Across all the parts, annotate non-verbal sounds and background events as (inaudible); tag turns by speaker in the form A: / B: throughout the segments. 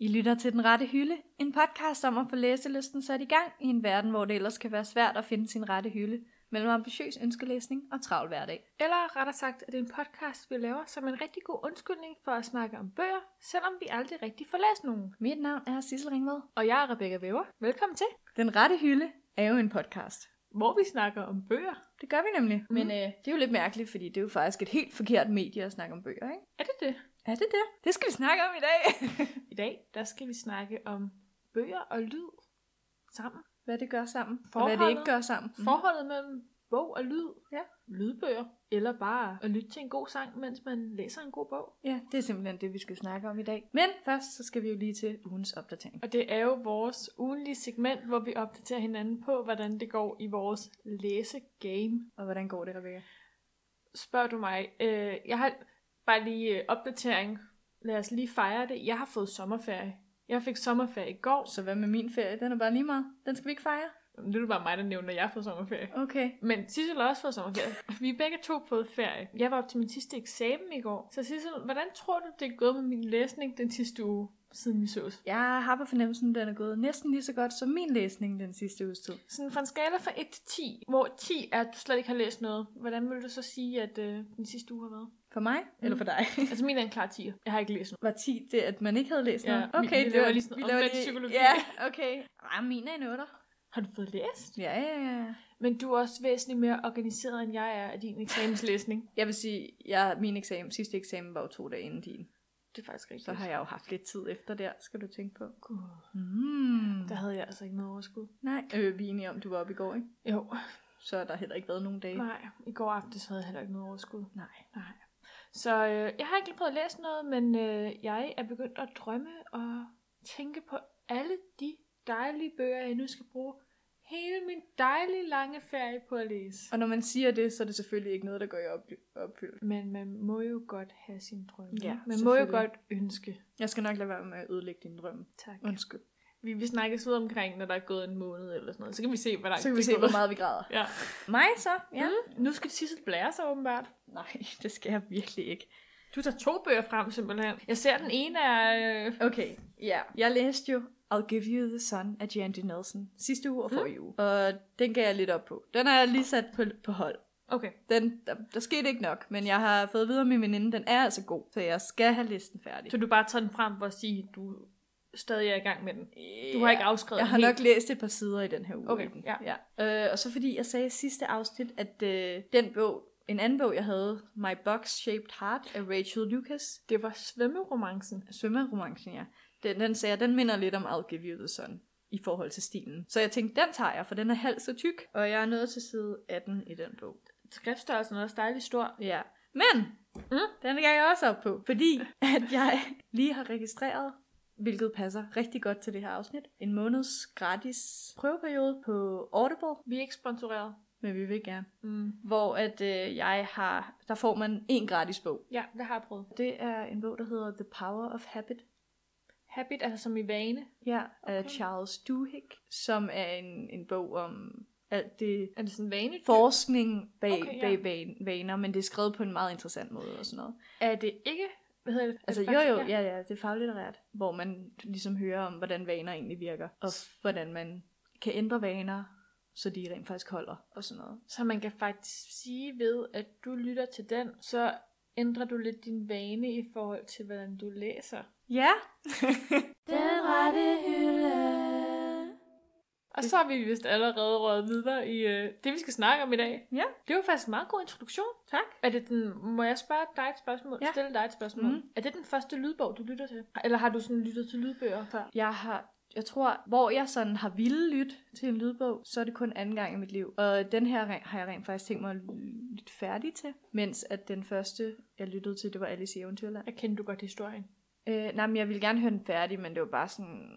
A: lytter til Den Rette Hylde, en podcast om at få læselysten sat i gang i en verden, hvor det ellers kan være svært at finde sin rette hylde mellem ambitiøs ønskelæsning og travl hverdag.
B: Eller rettere sagt, at det er en podcast, vi laver som en rigtig god undskyldning for at snakke om bøger, selvom vi aldrig rigtig får læst nogen.
A: Mit navn er Sissel Ringvad.
B: Og jeg er Rebecca Væver. Velkommen til,
A: Den Rette Hylde er jo en podcast.
B: hvor vi snakker om bøger.
A: Det gør vi nemlig. Mm. Men øh, det er jo lidt mærkeligt, fordi det er jo faktisk et helt forkert medie at snakke om bøger, ikke?
B: Er det det?
A: Er det det? Det skal vi snakke om i dag. (laughs)
B: I dag, der skal vi snakke om bøger og lyd sammen.
A: hvad det gør sammen, og hvad det
B: Forholdet.
A: ikke gør sammen.
B: Mm. Forholdet mellem bog og lyd.
A: Ja.
B: Lydbøger. Eller bare at lytte til en god sang, mens man læser en god bog.
A: Ja, det er simpelthen det, vi skal snakke om i dag. Men først så skal vi jo lige til ugens opdatering.
B: Og det er jo vores ugenlige segment, hvor vi opdaterer hinanden på, hvordan det går i vores læsegame.
A: Og hvordan går det, Rebecca?
B: spørger du mig, øh, jeg har bare lige øh, opdatering. Lad os lige fejre det. Jeg har fået sommerferie. Jeg fik sommerferie i går.
A: Så hvad med min ferie? Den er bare lige meget. Den skal vi ikke fejre?
B: Nu er det bare mig, der nævner, at jeg har fået sommerferie.
A: Okay.
B: Men Sissel har også fået sommerferie. Vi er begge to fået ferie. Jeg var op til min sidste eksamen i går. Så Sissel, hvordan tror du, det er gået med min læsning den sidste uge, siden vi sås?
A: Jeg har på fornemmelsen, at den er gået næsten lige så godt som min læsning den sidste uges tid.
B: Sådan fra en skala fra 1 til 10, hvor 10 er, at du slet ikke har læst noget. Hvordan vil du så sige, at øh, den sidste uge har været?
A: For mig? Mm. Eller for dig? (laughs)
B: Altså min er en klar 10. Jeg har ikke læst noget.
A: Var 10 det, at man ikke havde læst
B: Ja,
A: noget?
B: vi- vi laver lige sådan
A: vi laver
B: omvendt psykologi.
A: Ja, okay. Ah, min er en 8.
B: Har du fået læst?
A: Ja, ja, ja.
B: Men du er også væsentligt mere organiseret, end jeg er af din eksamenslæsning.
A: Jeg vil sige, jeg, min eksamen, sidste eksamen var jo to dage inden din.
B: Det er faktisk rigtigt.
A: Så har jeg jo haft lidt tid efter der, skal du tænke på.
B: Gud,
A: Mm.
B: der havde jeg altså ikke noget overskud.
A: Nej, øh, vi er enige om, du var oppe i går, ikke?
B: Jo,
A: Så har der heller ikke været nogen dage.
B: nej. I går aftes havde jeg heller ikke noget overskud.
A: Nej.
B: Nej. Så øh, jeg har ikke lige prøvet at læse noget, men øh, jeg er begyndt at drømme og tænke på alle de dejlige bøger, jeg nu skal bruge hele min dejlige lange ferie på at læse.
A: Og når man siger det, så er det selvfølgelig ikke noget, der går i op- opfyld.
B: Men man må jo godt have sine drømme.
A: Ja,
B: man må jo
A: selvfølgelig.
B: godt ønske.
A: Jeg skal nok lade være med at ødelægge din drøm.
B: Tak.
A: Undskyld.
B: Vi, vi snakkes videre omkring, når der er gået en måned eller sådan noget. Så kan vi se, hvor langt
A: Så kan vi
B: det
A: se,
B: er gået.
A: hvor meget vi græder.
B: Ja.
A: Mig så? Ja. Mm.
B: Mm. Nu skal Sissel blære sig åbenbart.
A: Nej, det skal jeg virkelig ikke.
B: Du tager to bøger frem simpelthen. Jeg ser den ene er... Øh...
A: Okay, ja. Jeg læste jo I'll Give You The Sun af Jandy Nelson sidste uge og forrige uge. Og den gav jeg lidt op på. Den har jeg lige sat på, på hold.
B: Okay.
A: Den, der, der skete ikke nok, men jeg har fået videre med min veninde. Den er altså god, så jeg skal have listen færdig.
B: Så du bare tager den frem for at sige, at du stadig er i gang med den. Du har ikke afskrevet
A: Jeg har
B: den
A: nok læst et par sider i den her uge.
B: Okay,
A: i den.
B: ja.
A: ja. Øh, og så fordi jeg sagde i sidste afsnit, at øh, den bog, en anden bog, jeg havde, My Box-Shaped Heart af Rachel Lucas,
B: Det var svømmeromancen.
A: svømmeromancen, ja, den, den sagde jeg, den minder lidt om I'll Give You The Sun i forhold til stilen. Så jeg tænkte, den tager jeg, for den er halvt så tyk, og jeg er nået til side 18 i den bog.
B: Skriftstørrelsen er også dejligt stor.
A: Ja, men
B: Mm.
A: den kan jeg også op på, fordi at jeg lige har registreret, hvilket passer rigtig godt til det her afsnit, en måneds gratis prøveperiode på Audible,
B: Vi er ikke sponsoreret.
A: men vi vil gerne.
B: Mm.
A: Hvor at øh, jeg har, der får man en gratis bog.
B: Ja, det har jeg prøvet.
A: Det er en bog, der hedder The Power of Habit.
B: Habit, altså som i vane.
A: Ja, okay. af
B: Okay.
A: Charles Duhigg, som er en, en bog om alt det
B: Er det sådan vane?
A: forskning bag, okay,
B: Okay,
A: ja.
B: ja.
A: bag van- vaner, men det er skrevet på en meget interessant måde og sådan noget.
B: Er det ikke... Hvad hedder det?
A: Altså
B: Er
A: jo
B: det
A: jo,
B: faktisk-
A: ja ja, det er faglitterært, hvor man ligesom hører om, hvordan vaner egentlig virker, og f- hvordan man kan ændre vaner, så de rent faktisk holder og sådan noget.
B: Så man kan faktisk sige ved, at du lytter til den, så ændrer du lidt din vane i forhold til, hvordan du læser.
A: Ja,
C: Den rette hylde.
B: Og så har vi vist allerede røget videre i øh, det, vi skal snakke om i dag.
A: Ja.
B: Det var faktisk en meget god introduktion.
A: tak.
B: Er det den, må jeg spørge dig et spørgsmål?
A: Ja.
B: Stille dig et spørgsmål.
A: Mhm.
B: Er det den første lydbog, du lytter til? Eller har du sådan lyttet til lydbøger før?
A: Jeg har, jeg tror, hvor jeg sådan har ville lytte til en lydbog, så er det kun anden gang i mit liv. Og den her re- har jeg rent faktisk tænkt mig at lytte færdig til, mens at den første, jeg lyttede til, det var Alice i Eventyrland.
B: Jeg kender du godt historien.
A: Øh, nej, men jeg ville gerne høre den færdig, men det var bare sådan,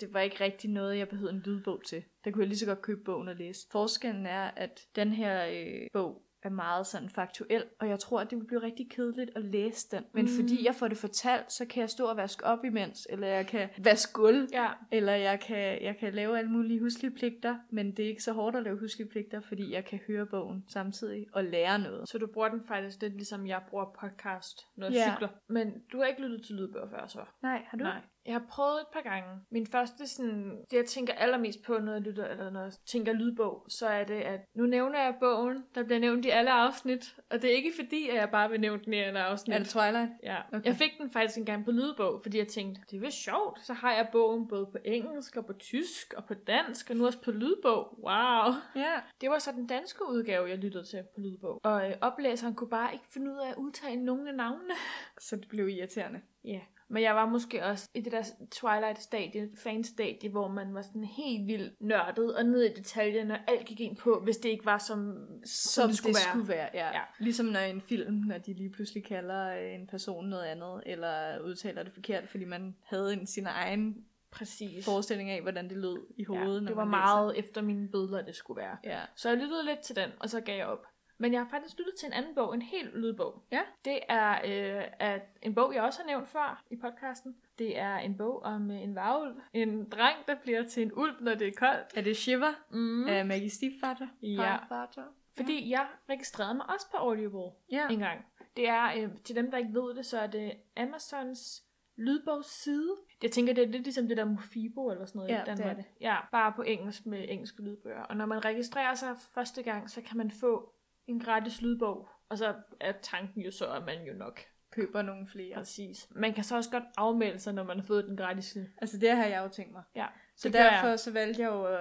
A: det var ikke rigtig noget, jeg behøvede en lydbog til. Der kunne jeg lige så godt købe bogen og læse. Forskellen er, at den her øh, bog er meget sådan faktuel, og jeg tror, at det ville blive rigtig kedeligt at læse den. Men mm.
B: Mm.
A: fordi jeg får det fortalt, så kan jeg stå og vaske op imens, eller jeg kan vaske gulv,
B: Ja.
A: eller jeg kan, jeg kan lave alle mulige huslige pligter, men det er ikke så hårdt at lave huslige pligter, fordi jeg kan høre bogen samtidig og lære noget.
B: Så du bruger den faktisk lidt ligesom jeg bruger podcast, når jeg
A: Ja.
B: cykler. Men du har ikke lyttet til lydbøger før så?
A: Nej, har du?
B: Nej. Jeg har prøvet et par gange. Min første, sådan, det jeg tænker allermest på, når jeg lytter, eller når jeg tænker lydbog, så er det, at nu nævner jeg bogen, der bliver nævnt i alle afsnit. Og det er ikke fordi, at jeg bare vil nævne den i alle afsnit.
A: Er det Twilight?
B: Ja,
A: Okay.
B: okay. jeg fik den faktisk engang på lydbog, fordi jeg tænkte, det er vist sjovt. Så har jeg bogen både på engelsk og på tysk og på dansk, og nu også på lydbog. Wow!
A: Ja.
B: Det var så den danske udgave, jeg lyttede til på lydbog. Og øh, oplæseren kunne bare ikke finde ud af at udtale nogen af navnene.
A: Så det blev irriterende.
B: Ja, men jeg var måske også i det der Twilight-stadie, fanstadie, hvor man var sådan helt vildt nørdet og ned i detaljen, og alt gik ind på, hvis det ikke var som, som,
A: Som det skulle, det være. skulle være. Ja. ja.
B: Ja.
A: Ligesom når i en film, når de lige pludselig kalder øh, en person noget andet, eller udtaler det forkert, fordi man havde en, sin egen
B: Præcis.
A: forestilling af, hvordan det lød i
B: Ja,
A: hovedet. når
B: det var
A: man læser.
B: meget efter mine billeder, det skulle være.
A: Ja.
B: Så jeg lyttede lidt til den, og så gav jeg op. Men jeg har faktisk lyttet til en anden bog, en helt lydbog.
A: Ja.
B: Det er øh, at en bog, jeg også har nævnt før i podcasten. Det er en bog om øh, en varulv. En dreng, der bliver til en ulv, når det er koldt.
A: Er det Shiva
B: Mm.
A: af Maggie Stiefvater?
B: Ja.
A: Parvater?
B: Fordi jeg registrerede mig også på Audible
A: Ja.
B: en gang. Det er, øh, til dem, der ikke ved det, så er det Amazons lydbogsside. Jeg tænker, det er lidt ligesom det der Mofibo eller sådan noget
A: Ja,
B: i
A: det er
B: Danmark.
A: det.
B: Ja, bare på engelsk med engelske lydbøger. Og når man registrerer sig første gang, så kan man få en gratis lydbog. Og så er tanken jo så, at man jo nok.
A: Køber nogle flere.
B: Præcis. Man kan så også godt afmelde sig, når man har fået den gratis.
A: Altså det har jeg jo tænkt mig.
B: Ja,
A: Så
B: det gør jeg.
A: derfor så valgte jeg jo øh,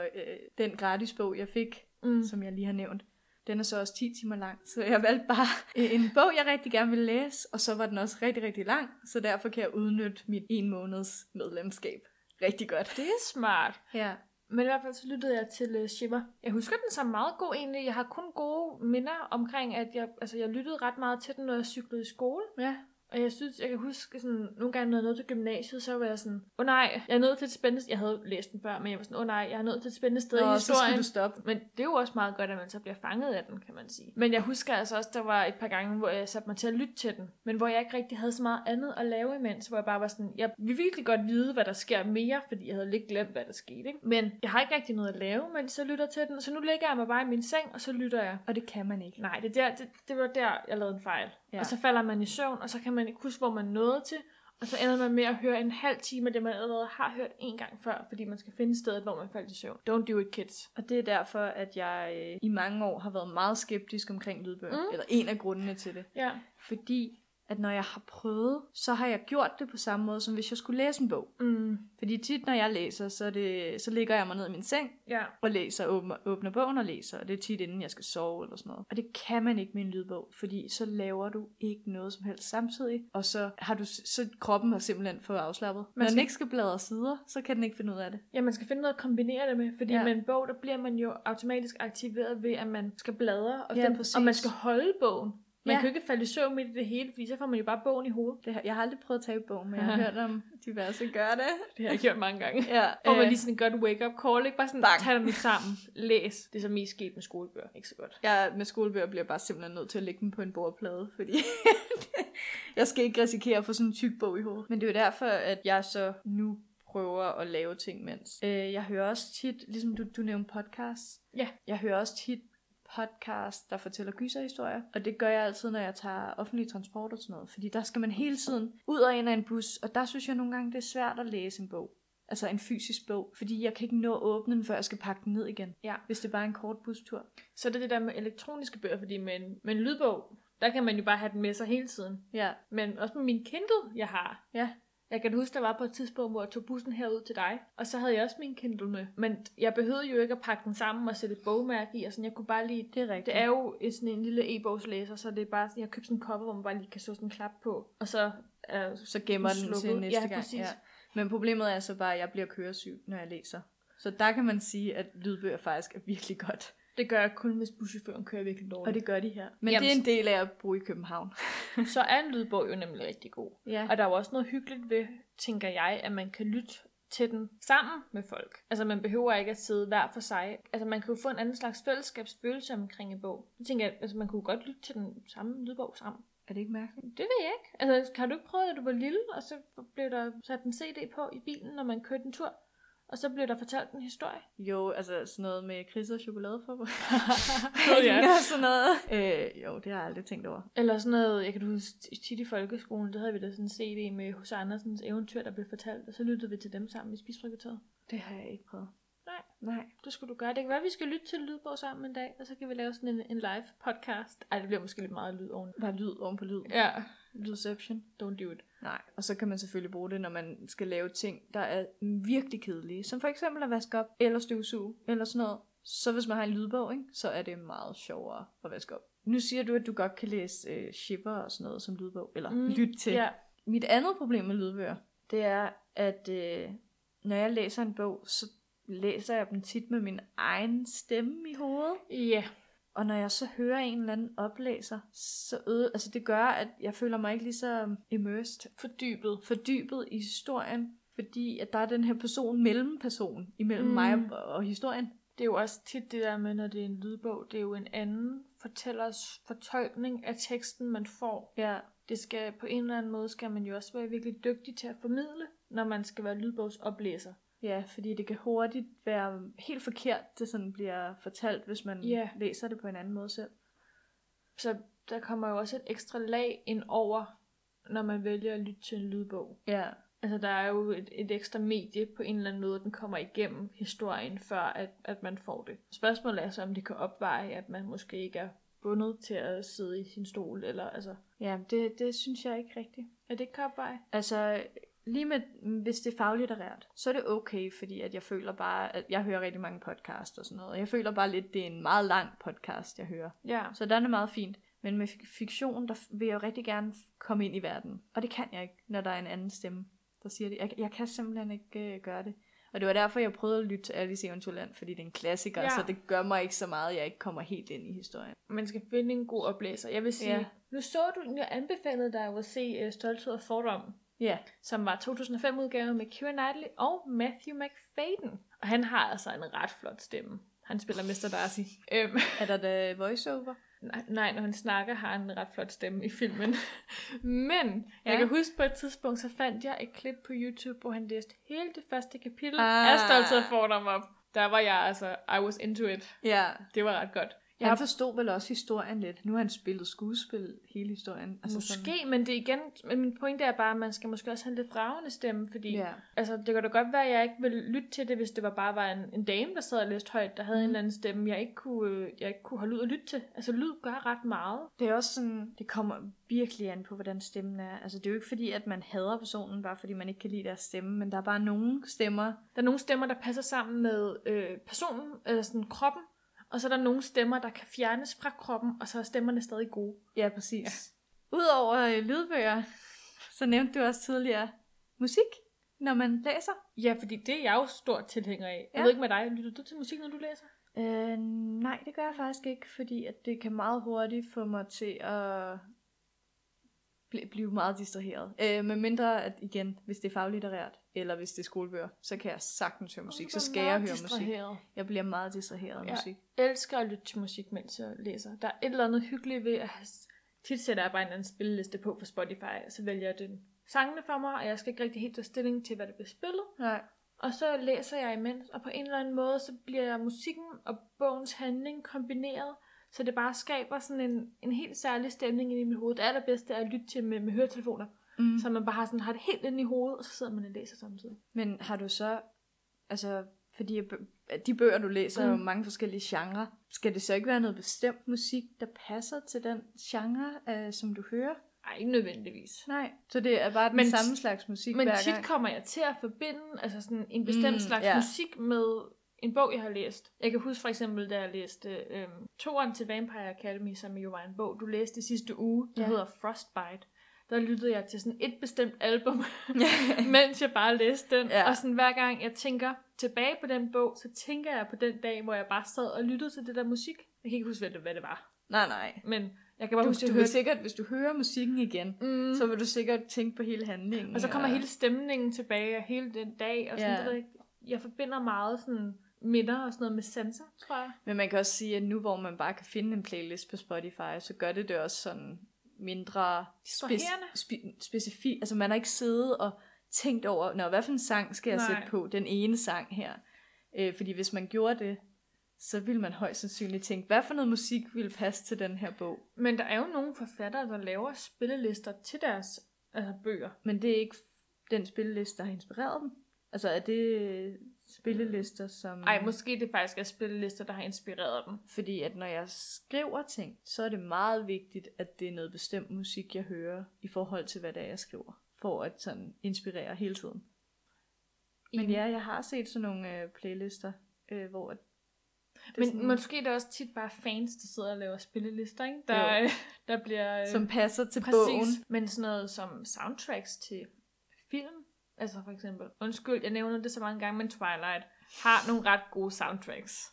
A: den gratis bog, jeg fik,
B: Mm.
A: som jeg lige har nævnt. Den er så også 10 timer lang, så jeg valgte bare øh, en bog, jeg rigtig gerne ville læse, og så var den også rigtig, rigtig lang, så derfor kan jeg udnytte mit en måneds medlemskab rigtig godt.
B: Det er smart.
A: Ja.
B: Men i hvert fald så lyttede jeg til uh, Shiver. Jeg husker den så meget god egentlig. Jeg har kun gode minder omkring, at jeg, altså, jeg lyttede ret meget til den, når jeg cyklede i skole.
A: Ja.
B: Og jeg synes, jeg kan huske, sådan, nogle gange, når jeg nåede til gymnasiet, så var jeg sådan, åh oh, nej, jeg er nødt til et spændende sted. Jeg havde læst den før, men jeg var sådan, åh oh, nej, jeg er nødt til et spændende sted i
A: Nå, så skulle
B: historien.
A: du stoppe.
B: Men det er jo også meget godt, at man så bliver fanget af den, kan man sige. Men jeg husker altså også, der var et par gange, hvor jeg satte mig til at lytte til den, men hvor jeg ikke rigtig havde så meget andet at lave imens, hvor jeg bare var sådan, jeg vil virkelig godt vide, hvad der sker mere, fordi jeg havde lidt glemt, hvad der skete, ikke? Men jeg har ikke rigtig noget at lave, men så lytter jeg til den, så nu lægger jeg mig bare i min seng, og så lytter jeg.
A: Og det kan man ikke.
B: Nej, det, er der, det, det var der, jeg lavede en fejl.
A: Ja.
B: Ja. Og så falder man i søvn, og så kan man ikke huske, hvor man nåede til, og så ender man med at høre en halv time af det, man allerede har hørt en gang før, fordi man skal finde stedet, hvor man faldt i søvn. Don't do it, kids.
A: Og det er derfor, at jeg øh, i mange år har været meget skeptisk omkring lydbøger. Mm. Eller en af grundene til det.
B: Ja.
A: Fordi at når jeg har prøvet, så har jeg gjort det på samme måde, som hvis jeg skulle læse en bog.
B: Mm.
A: Fordi tit, når jeg læser, så, er det, så ligger jeg mig ned i min seng
B: Ja,
A: og læser, åbner, åbner bogen og læser. Og det er tit, inden jeg skal sove eller sådan noget. Og det kan man ikke med en lydbog, fordi så laver du ikke noget som helst samtidig. Og så har du, s- så kroppen har simpelthen fået afslappet.
B: Man
A: Når den
B: skal-
A: ikke skal bladre sider, så kan den ikke finde ud af det.
B: ja man skal finde noget at kombinere det med, fordi
A: Ja.
B: ja. med en bog, der bliver man jo automatisk aktiveret ved, at man skal bladre, og,
A: Ja,
B: den,
A: præcis.
B: og man skal holde bogen. Man
A: Ja.
B: ja. kan jo ikke falde i søvn midt i det hele, fordi så får man jo bare bogen i hovedet.
A: det har, jeg har aldrig prøvet at tabe bogen, men jeg har hørt om diverse gør det.
B: Det har jeg gjort mange gange.
A: Ja,
B: (laughs) Får man
A: øh,
B: lige sådan et godt wake-up call, ikke? Bare sådan,
A: Bang.
B: Bang. tag dem lige sammen, læs. Det er så mest sket med skolebøger, ikke så godt.
A: jeg med skolebøger bliver bare simpelthen nødt til at lægge dem på en bordplade, fordi (laughs) jeg skal ikke risikere at få sådan en tyk bog i hovedet. Men det er jo derfor, at jeg så nu prøver at lave ting mens. Øh, jeg hører også tit, ligesom du, du nævnte podcast.
B: Ja.
A: Jeg hører også tit podcast, der fortæller gyserhistorier. Og det gør jeg altid, når jeg tager offentlig transport og sådan noget. Fordi der skal man hele tiden ud og ind af en bus. Og der synes jeg nogle gange, det er svært at læse en bog. Altså en fysisk bog. Fordi jeg kan ikke nå at åbne den, før jeg skal pakke den ned igen.
B: Ja.
A: Hvis det bare er en kort bustur.
B: Så er det det der med elektroniske bøger, fordi med en, med en lydbog, der kan man jo bare have den med sig hele tiden.
A: Ja.
B: Men også med min Kindle, jeg har.
A: Ja.
B: Jeg kan huske, der var på et tidspunkt, hvor jeg tog bussen herud til dig, og så havde jeg også min Kindle med. Men jeg behøvede jo ikke at pakke den sammen og sætte et bogmærke i, og sådan, jeg kunne bare lige...
A: Det er rigtigt.
B: Det er jo et- sådan en lille e-bogslæser, så det er bare sådan, jeg købte sådan en cover, hvor man bare lige kan så sådan en klap på, og så... Øh,
A: så gemmer den
B: Slukket.
A: til næste
B: Ja,
A: gang.
B: præcis.
A: Men problemet er så bare, at jeg bliver køresyg, når jeg læser. Så der kan man sige, at lydbøger faktisk er virkelig godt.
B: det gør jeg kun, hvis buschaufføren kører virkelig dårligt.
A: Og det gør de her. Men Jamen.
B: Jamen,
A: det er en del af at bo i København.
B: Så er en lydbog jo nemlig rigtig god.
A: Ja.
B: Og der er jo også noget hyggeligt ved, tænker jeg, at man kan lytte til den sammen med folk. Altså man behøver ikke at sidde hver for sig. Altså man kan jo få en anden slags fællesskabsfølelse omkring en bog. Jeg tænker, at altså, man kunne godt lytte til den samme lydbog sammen.
A: Er det ikke mærkeligt?
B: Det ved jeg ikke. Altså har du ikke prøvet, at du var lille, og så blev der sat en CD på i bilen, når man kørte en tur? og så blev der fortalt en historie.
A: Jo, altså sådan noget med kris og chokolade for (laughs)
B: Ved jeg.
A: og sådan noget. Øh, jo, det har jeg aldrig tænkt over.
B: Eller sådan noget, jeg kan huske, tit i folkeskolen, der havde vi da sådan en CD med H.C. Andersens eventyr, der blev fortalt, og så lyttede vi til dem sammen i spisfrikvarteret.
A: Det har jeg ikke prøvet.
B: Nej.
A: Nej.
B: Det skulle du gøre. Det kan være, at vi skal lytte til Lydbog sammen en dag, og så kan vi lave sådan en, en live podcast. Ej, det bliver måske lidt meget lyd oven.
A: Bare lyd oven på lyd.
B: Ja,
A: Lydception.
B: don't do it.
A: Nej, og så kan man selvfølgelig bruge det, når man skal lave ting, der er virkelig kedelige. Som for eksempel at vaske op, eller støvsuge, eller sådan noget. Så hvis man har en lydbog, ikke, så er det meget sjovere at vaske op. Nu siger du, at du godt kan læse øh, shipper og sådan noget som lydbog, eller mm, lytte til.
B: Ja,
A: Mit andet problem med lydbøger, det er, at øh, når jeg læser en bog, så læser jeg dem tit med min egen stemme i hovedet.
B: ja.
A: Og når jeg så hører en eller anden oplæser, så øde, altså det gør, at jeg føler mig ikke lige så immersed,
B: fordybet.
A: fordybet i historien, fordi at der er den her person, mellemperson, imellem
B: Mm.
A: mm. mig og, og historien.
B: Det er jo også tit det der med, når det er en lydbog, det er jo en anden fortællers fortolkning af teksten, man får.
A: Ja,
B: Det skal på en eller anden måde, skal man jo også være virkelig dygtig til at formidle, når man skal være lydbogsoplæser.
A: ja, fordi det kan hurtigt være helt forkert, det sådan bliver fortalt, hvis man
B: Ja.
A: læser det på en anden måde selv.
B: Så der kommer jo også et ekstra lag ind over, når man vælger at lytte til en lydbog.
A: Ja,
B: Altså der er jo et, et ekstra medie på en eller anden måde, den kommer igennem historien, før at, at man får det. Spørgsmålet er så, om det kan opveje, at man måske ikke er bundet til at sidde i sin stol, eller altså,
A: ja det, det synes jeg ikke rigtigt.
B: er det ikke kan opveje?
A: Altså, lige med, hvis det er faglitterært, så er det okay, fordi at jeg føler bare, at jeg hører rigtig mange podcasts og sådan noget, og jeg føler bare lidt, det er en meget lang podcast, jeg hører.
B: Ja.
A: Så den er meget fint. Men med fik- fiktion, der vil jeg jo rigtig gerne komme ind i verden. Og det kan jeg ikke, når der er en anden stemme, der siger det. Jeg, jeg kan simpelthen ikke øh, gøre det. Og det var derfor, jeg prøvede at lytte til Alice i Eventyrland, fordi det er en klassiker,
B: Ja.
A: ja. så det gør mig ikke så meget, at jeg ikke kommer helt ind i historien.
B: Man skal finde en god oplæser. Jeg vil sige, ja.
A: Ja.
B: nu så du, jeg anbefalede dig jo at se uh, Stolthed og Fordom,
A: Ja,
B: som var 2005-udgaven med Keira Knightley og Matthew McFadden. Og han har altså en ret flot stemme. Han spiller Mr. Darcy. Øhm,
A: er der da voiceover?
B: nej, nej, når han snakker, har han en ret flot stemme i filmen. (laughs) Men jeg
A: Ja.
B: kan huske på et tidspunkt, så fandt jeg et klip på YouTube, hvor han læste hele det første kapitel ah.
A: Ah.
B: af Stolthed og Fordom op. Der var jeg altså, I was into it.
A: Ja,
B: Det var ret godt. Jeg
A: Jeg han forstod vel også historien lidt. Nu har han spillet skuespil hele historien.
B: Altså
A: sådan-
B: måske, sådan... men det er igen, men min pointe er bare, at man skal måske også have en lidt dragende stemme, fordi ja.
A: Ja.
B: altså, det kan da godt være, at jeg ikke ville lytte til det, hvis det var bare var en, en dame, der sad og læste højt, der havde
A: Mhm.
B: mm. en eller anden stemme, jeg ikke, kunne, øh, jeg ikke kunne holde ud og lytte til. Altså lyd gør ret meget.
A: Det er også sådan, det kommer virkelig an på, hvordan stemmen er. Altså, det er jo ikke fordi, at man hader personen, bare fordi man ikke kan lide deres stemme, men der er bare nogle stemmer.
B: Der er nogle stemmer, der passer sammen med øh, personen, eller sådan kroppen, og så er der nogle stemmer, der kan fjernes fra kroppen, og så er stemmerne stadig gode.
A: Ja, præcis. Ja. Udover øh, lydbøger, så nævnte du også tidligere musik, når man læser.
B: Ja, fordi det er jeg jo stor tilhænger af. Ja. Jeg
A: Ja.
B: ved ikke med dig, lytter du til musik, når du læser?
A: Øh, nej, det gør jeg faktisk ikke, fordi at det kan meget hurtigt få mig til at bl- blive meget distraheret. Øh, med mindre, at igen, hvis det er faglitterært, eller hvis det er skolebøger, så kan jeg sagtens høre musik. Så skal jeg høre musik.
B: musik.
A: Jeg bliver meget distraheret af
B: Ja.
A: ja. musik.
B: elsker at lytte til musik, mens jeg læser. Der er et eller andet hyggeligt ved at have... Tit sætter jeg bare en eller anden spilleliste på på Spotify, og så vælger jeg den sangene for mig, og jeg skal ikke rigtig helt tage stilling til, hvad der bliver spillet.
A: Nej.
B: Og så læser jeg imens, og på en eller anden måde, så bliver musikken og bogens handling kombineret, så det bare skaber sådan en, en helt særlig stemning inde i mit hoved. Det allerbedste er at lytte til med, med høretelefoner,
A: Mm.
B: så man bare har, sådan, har det helt inde i hovedet, og så sidder man og læser samtidig.
A: Men har du så, altså, fordi jeg bø- at de bøger, du læser, mm. er jo
B: Mm.
A: mange forskellige genrer. Skal det så ikke være noget bestemt musik, der passer til den genre, øh, som du hører?
B: Ej, ikke nødvendigvis.
A: Nej. Så det er bare den
B: Men-
A: men, samme slags musik
B: Men
A: hver
B: tit
A: gang?
B: kommer jeg til at forbinde altså sådan en bestemt mm,
A: Mm,
B: slags
A: ja.
B: yeah. musik med en bog, jeg har læst. Jeg kan huske for eksempel, da jeg læste øhm, Toren til Vampire Academy, som jo var en bog, du læste i sidste uge, der
A: Ja.
B: hedder Frostbite. Der lyttede jeg til sådan et bestemt album, (laughs) mens jeg bare læste den.
A: Ja.
B: Og sådan hver gang jeg tænker tilbage på den bog, så tænker jeg på den dag, hvor jeg bare sad og lyttede til det der musik. Jeg kan ikke huske, hvad det, hvad det var. (laughs)
A: Nej, nej.
B: Men jeg kan bare
A: Du,
B: huske,
A: du
B: at jeg
A: vil
B: hørte...
A: sikkert, hvis du hører musikken igen,
B: Mm.
A: mm. så vil du sikkert tænke på hele handlingen.
B: Og så kommer hele stemningen tilbage, og hele den dag, og sådan,
A: Ja.
B: yeah. ved jeg, ikke. jeg forbinder meget sådan minder og sådan noget med sanser, tror jeg.
A: Men man kan også sige, at nu hvor man bare kan finde en playlist på Spotify, så gør det det også sådan mindre
B: Distraherende.
A: spe- specifikt. Altså man har ikke siddet og tænkt over, Nå, hvad for en sang skal jeg
B: Nej.
A: Nej. sætte på, den ene sang her. Øh, fordi hvis man gjorde det, så ville man højst sandsynligt tænke, hvad for noget musik ville passe til den her bog.
B: Men der er jo nogle forfattere, der laver spillelister til deres altså bøger.
A: Men det er ikke f- den spilleliste, der har inspireret dem. Altså er det øh, spillelister, som...
B: Ej, måske det faktisk er spillelister, der har inspireret dem.
A: Fordi at når jeg skriver ting, så er det meget vigtigt, at det er noget bestemt musik, jeg hører, i forhold til, hvad det er, jeg skriver. For at sådan inspirere hele tiden. Men
B: Enig.
A: ja, jeg har set sådan nogle øh, playlister, øh, hvor... at det er
B: Men
A: sådan,
B: sådan... måske er det også tit bare fans, der sidder og laver spillelister, ikke? Der,
A: Jo.
B: øh, (laughs) der bliver... Øh,
A: som passer til
B: præcis.
A: bogen.
B: Men sådan noget som soundtracks til film, altså for eksempel... Undskyld, jeg nævner det så mange gange, men Twilight har nogle ret gode soundtracks.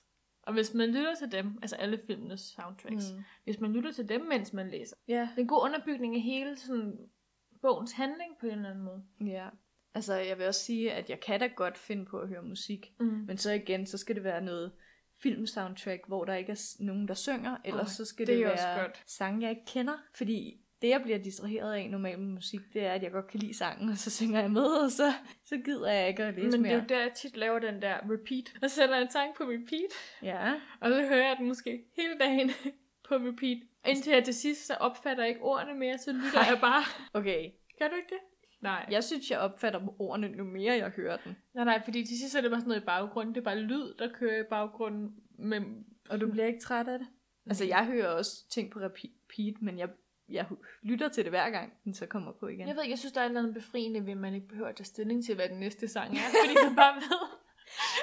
B: Og hvis man lytter til dem, altså alle filmenes soundtracks, mm.
A: Mm.
B: hvis man lytter til dem, mens man læser,
A: Ja.
B: det er en god underbygning af hele sådan, bogens handling på en eller anden måde.
A: ja. Altså, jeg vil også sige, at jeg kan da godt finde på at høre musik.
B: Mm.
A: Men så igen, så skal det være noget filmsoundtrack, hvor der ikke er s- nogen, der synger. Ellers
B: Åh,
A: oh, så skal
B: det
A: det,
B: er
A: det
B: også
A: være
B: godt.
A: sange, jeg ikke kender. Fordi det, jeg bliver distraheret af normalt med musik, det er, at jeg godt kan lide sangen, og så synger jeg med, og så, så gider jeg ikke at læse
B: Men det
A: mere.
B: er jo der, jeg tit laver den der repeat. (laughs) Og sætter en sang på repeat.
A: Ja,
B: Og så hører jeg den måske hele dagen (laughs) på repeat. Indtil jeg til sidst så opfatter jeg ikke ordene mere, så lytter Ej. jeg bare. (laughs)
A: okay.
B: Gør du ikke det? Nej. Ja.
A: Jeg synes, jeg opfatter ordene, nu mere jeg hører den.
B: Nej, nej, fordi til sidst så er det bare sådan noget i baggrunden. Det er bare lyd, der kører i baggrunden. Men
A: Og du bliver ikke træt af det? Altså,
B: Mm.
A: jeg hører også ting på repeat, men jeg, jeg lytter til det hver gang, den så kommer på igen.
B: jeg ved ikke, jeg synes, der er et eller andet befriende ved, at man ikke behøver at tage stilling til, hvad den næste sang er. Fordi man bare ved,